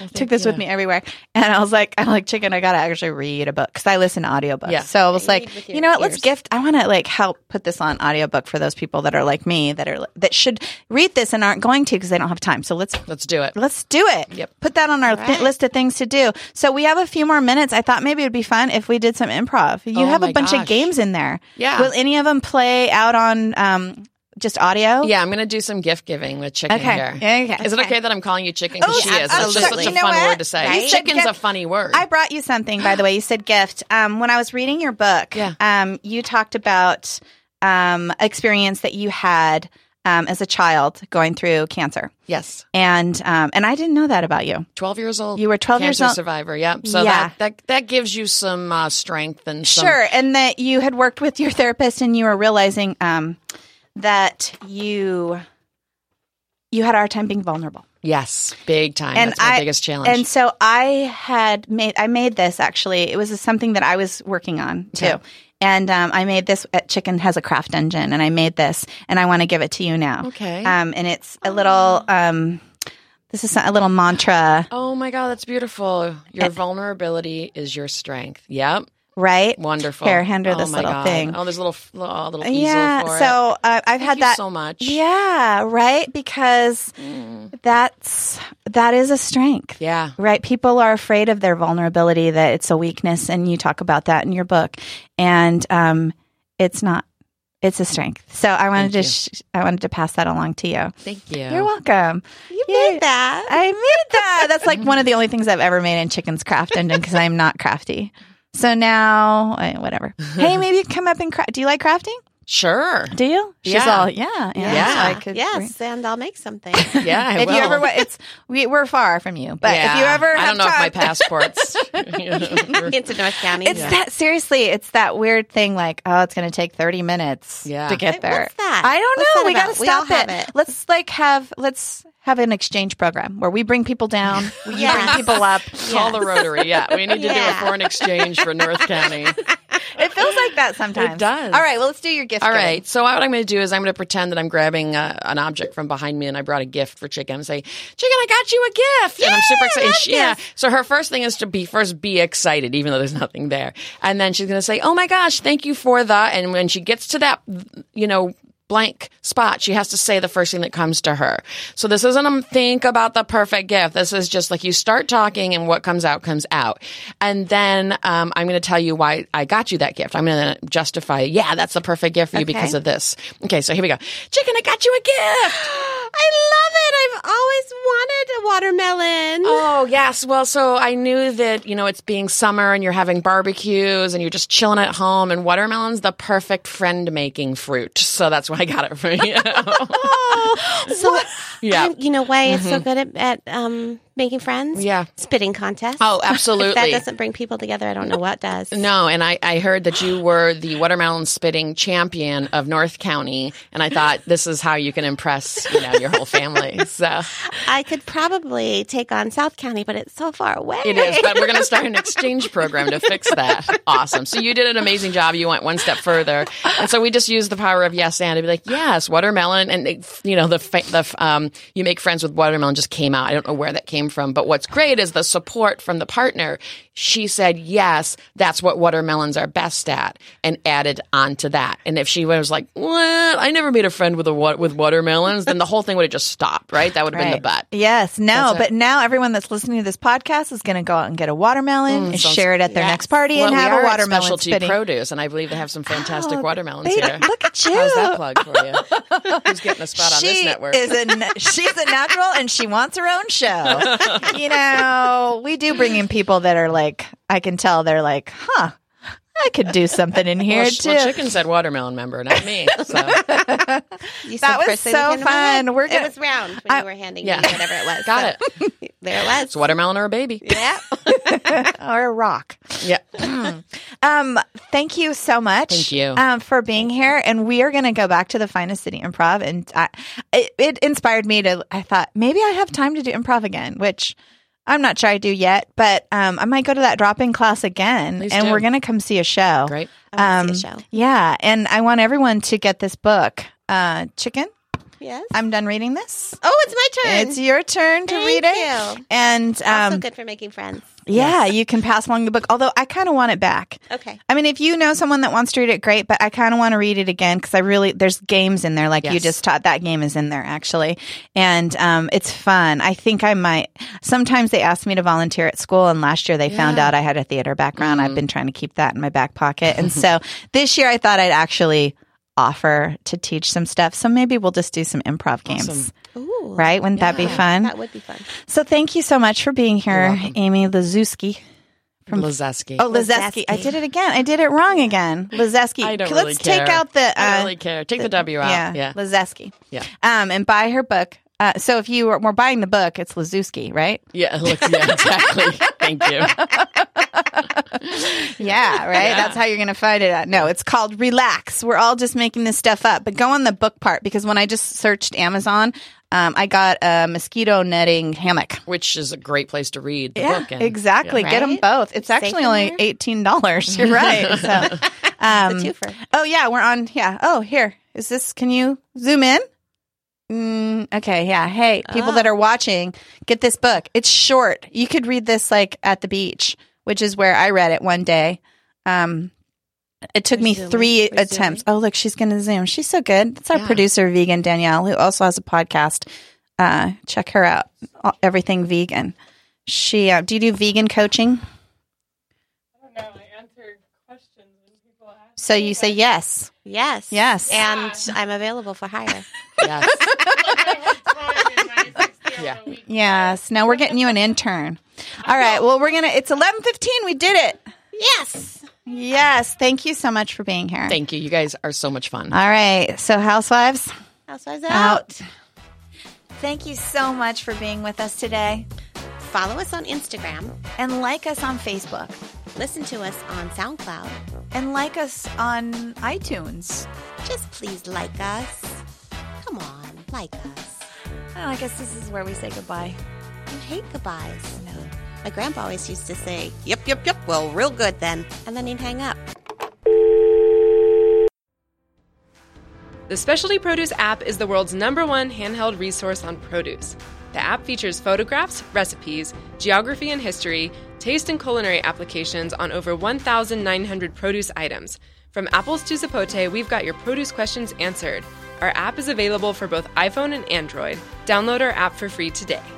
B: this. Took this with me everywhere, and I was like, I'm like, chicken. I gotta actually read a book because I listen to audiobooks.
D: Yeah.
B: So I was
C: read
B: like,
C: with
B: you
C: your
B: know what? Let's
C: ears.
B: gift. I want to like help put this on audiobook for those people that are like me that are that should read this and aren't going to because they don't have time. So let's
D: Let's do it.
B: Let's do it.
D: Yep.
B: Put that on our thi- list of things to do. So we have a few more minutes. I thought maybe it would be fun if we did some improv. You
D: Oh
B: have a
D: my
B: bunch of
D: gosh.
B: games in there.
D: Yeah.
B: Will any of them play out on um,
F: just audio?
D: Yeah, I'm going to do some gift giving with chicken
F: Okay.
D: here.
B: Okay.
D: Is it okay that I'm calling you chicken? Because
B: Oh,
D: she is. It's just
B: absolutely.
D: such
B: You
D: a
B: know
D: fun
B: what?
D: word to say.
B: Right? You said
D: Chicken's a
B: gift-
D: funny word.
F: I-
B: I brought you something, by the way. You said gift. Um, when I was reading your book,
D: Yeah.
B: um, you talked about um, experience that you had um, as a child going through cancer,
D: yes.
B: and um, and I didn't know that about you.
D: 12 years old.
B: You were 12 years
D: cancer
B: old.
D: survivor. Yeah. So
B: Yeah.
D: That, that that gives you some uh, strength and some,
B: Sure, and that you had worked with your therapist, and you were realizing um, that you you had a hard time being vulnerable.
D: Yes, big time.
B: And
D: That's my
B: I-
D: biggest challenge.
B: And so I had made I made this actually. It was something that I was working on too.
D: Okay.
B: And um, I made this at Chicken Has a Craft Engine, and I made this, and I want to give it to you now.
D: Okay.
B: Um, and it's a little. Um, this is a little mantra,
D: oh my God, that's beautiful.
B: Eh.
D: Your vulnerability is your strength. Yep.
B: right?
D: Wonderful.
B: Here, hand her
D: oh
B: this
D: my
B: little
D: God.
B: thing.
D: Oh, there's a little, little, oh, little easel
B: yeah.
D: for it.
B: So uh, I've
D: Thank
B: had
D: you
B: that
D: so much. Mm.
B: Yeah, right. Because that's that is a strength.
D: Yeah.
B: Right. People are afraid of their vulnerability, that it's a weakness, and you talk about that in your book, and um, it's not. It's a strength. So I wanted to sh- I wanted to pass that along to you.
D: Thank you.
B: You're welcome.
C: You
B: Yay.
C: made that.
B: I made that. That's like one of the only things I've ever made in Chicken's Craft Engine because I'm not crafty. So now, eh, whatever. Hey, maybe you can come up and craft. Do you like crafting?
D: Sure.
B: Do you? She's
D: Yeah.
B: all, yeah, yeah.
D: Yeah.
B: So I could bring-
C: Yes, and I'll make something.
D: Yeah. I
B: if
D: will.
B: you ever wa- it's we, we're far from you but if you
D: Yeah.
B: ever
D: I
B: have
D: don't know if my
B: time
D: passport's.
C: Into North County.
B: it's that seriously it's that weird thing like oh it's going to take 30 minutes
D: Yeah.
B: to get
C: Wait,
B: there
C: what's that?
B: i don't
C: What's
B: know
C: that
B: we got to
C: about? We all
B: stop
C: have
B: it.
C: it.
B: let's like have let's have an exchange program where we bring people down you
C: Yes.
B: bring people up
D: Call the Rotary. Yeah. We need to
C: Yeah.
D: do a foreign exchange for North County.
B: it feels like that sometimes
D: It does.
B: all right well let's do your gift
D: All
B: giving.
D: right. So what I'm going to do is I'm going to pretend that I'm grabbing uh, an object from behind me, and I brought a gift for Chicken. I'm saying, Chicken, I got you a gift, and I'm super excited. And she- yeah. So her first thing is to be first be excited, even though there's nothing there, and then she's going to say, Oh my gosh, thank you for that. And when she gets to that, you know. Blank spot. She has to say the first thing that comes to her. So this isn't a think about the perfect gift. This is just like you start talking and what comes out comes out. And then um, I'm going to tell you why I got you that gift. I'm going to justify, yeah, that's the perfect gift for you because of this. Okay, so here we go. Chicken, I got you a gift.
C: I love it. I've always wanted a watermelon.
D: Oh, yes. Well, so I knew that, you know, it's being summer and you're having barbecues and you're just chilling at home and watermelon's the perfect friend making fruit. So that's why I got it for you.
C: so
D: Yeah.
C: I'm- you know why it's so good at, at um, making friends?
D: Yeah.
C: Spitting contest.
D: oh,
C: If
D: absolutely.
C: that doesn't bring people together, I don't know what does.
D: No, and I, I heard that you were the watermelon spitting champion of North County, and I thought this is how you can impress you know your whole family. So
C: I could probably take on South County, but it's so far away.
D: it is, but we're going to start an exchange program to fix that. Awesome. So you did an amazing job. You went one step further, and so we just used the power of yes and to be like yes, watermelon, and it, you know the fa- the f- um you make friends with watermelon just came out. I don't know where that came from, but what's great is the support from the partner. She said yes, that's what watermelons are best at, and added on to that. And if she was like, "What? I never made a friend with a wa- with watermelons," then the whole thing would have just stopped. Right? That would have been the butt.
B: Yes, no, but now everyone that's listening to this podcast is going to go out and get a watermelon and share it at their next party and
D: Mm, Well, we
B: have
D: are
B: a
D: at
B: watermelon
D: specialty
B: spitting.
D: produce, and I believe they have some fantastic watermelons
B: They-
D: here.
B: Look at you.
D: How's that plug for you? Who's getting a spot on this
B: she
D: network?
B: is a na- she's a natural and she wants her own show. you know, we do bring in people that are like I can tell they're like, huh, I could do something in here
D: well, sh-
B: too.
D: well, chicken said watermelon member, not me. So.
C: You
B: That
C: said
B: was
C: first thing that
B: so
C: came to my head.
B: fun. We're
C: it
B: gonna-
C: was round when you were handing
D: Yeah.
C: me whatever it was.
D: Got
C: it. there it was.
D: It's watermelon or a baby.
C: yeah.
B: or a rock.
D: Yeah.
B: Um, thank you so much.
D: Thank you.
B: um, for being here. And we are going to go back to the Finest City Improv, and I, it, it inspired me to. I thought maybe I have time to do improv again, which I'm not sure I do yet. But um, I might go to that drop-in class again,
D: Please
B: and
D: do.
B: we're going to come see a show.
D: Great.
C: I wanna
B: Um,
C: see a show.
B: Yeah, and I want everyone to get this book, uh, Chicken.
C: Yes.
B: I'm done reading this.
C: oh, it's my turn.
B: It's your turn to
C: Thank
B: read it,
C: you.
B: and
C: also
B: um,
C: good for making friends.
B: yeah, you can pass along the book. Although I kind of want it back.
C: Okay.
B: I mean, if you know someone that wants to read it, great. But I kind of want to read it again because I really there's games in there, like you
D: Yes.
B: just taught. That game is in there actually, and um, it's fun. I think I might. Sometimes they ask me to volunteer at school, and last year they found out I had a theater background. I've been trying to keep that in my back pocket, and so this year I thought I'd actually offer to teach some stuff. So maybe we'll just do some improv games.
D: Awesome.
C: Ooh,
B: Right? Wouldn't that be
C: yeah,
B: fun?
C: That would be fun.
B: so thank you so much for being here, Amy Lazuski.
D: From Lazeski.
B: Oh, Lazeski. I did it again. I did it wrong again. Lazeski.
D: I don't
B: Let's
D: really
B: take
D: care.
B: out the. Uh,
D: I don't really care. Take the, W out.
B: Yeah,
D: Yeah.
B: Lazeski.
D: Yeah.
B: Um, and buy her book. Uh, so if you were, were buying the book, it's Lazuski, right?
D: Yeah, look, yeah, exactly. Thank you.
B: Yeah, right. That's how you're going to find it out. No, it's called Relax. We're all just making this stuff up, but go on the book part because when I just searched Amazon, um, I got a mosquito netting hammock.
D: Which is a great place to read the book. And,
B: exactly. Get 'em Get them
C: Right?
B: both. It's
C: Safe
B: actually
C: in
B: only
C: there?
B: eighteen dollars. You're right. So, um,
C: twofer.
B: oh yeah, we're on. Yeah. Oh, here is this. Can you zoom in? Mm, okay. Yeah. Hey, people that are watching, get this book. It's short. You could read this like at the beach, which is where I read it one day. Um, it took me
C: Zooming.
B: three
C: We're
B: attempts. Oh, look, she's going to zoom. She's so good. That's our
D: Yeah.
B: producer, Vegan Danielle, who also has a podcast. Uh, check her out. All- Everything vegan. She. Uh, do you do vegan coaching? So you say yes.
C: Yes.
B: Yes.
C: And I'm available for hire.
D: Yes. yeah.
B: Yes. Now we're getting you an intern. All right. Well, we're gonna. It's eleven fifteen. We did it.
C: yes.
B: Yes. Thank you so much for being here.
D: Thank you. You guys are so much fun.
B: All right. So, housewives
C: Housewives out.
B: out. Thank you so much for being with us today,
C: Follow us on Instagram.
B: and like us on Facebook,
C: Listen to us on SoundCloud.
B: and like us on iTunes,
C: Just please like us. Come on, like us.
B: and I guess this is where we say goodbye.
C: You hate goodbyes. No. My grandpa always used to say, Yep, yep, yep. Well, real good then. And then he'd hang up.
A: The Specialty Produce app is the world's number one handheld resource on produce. The app features photographs, recipes, geography and history, taste and culinary applications on over 1,900 produce items. From apples to zapote, we've got your produce questions answered. Our app is available for both iPhone and Android. Download our app for free today.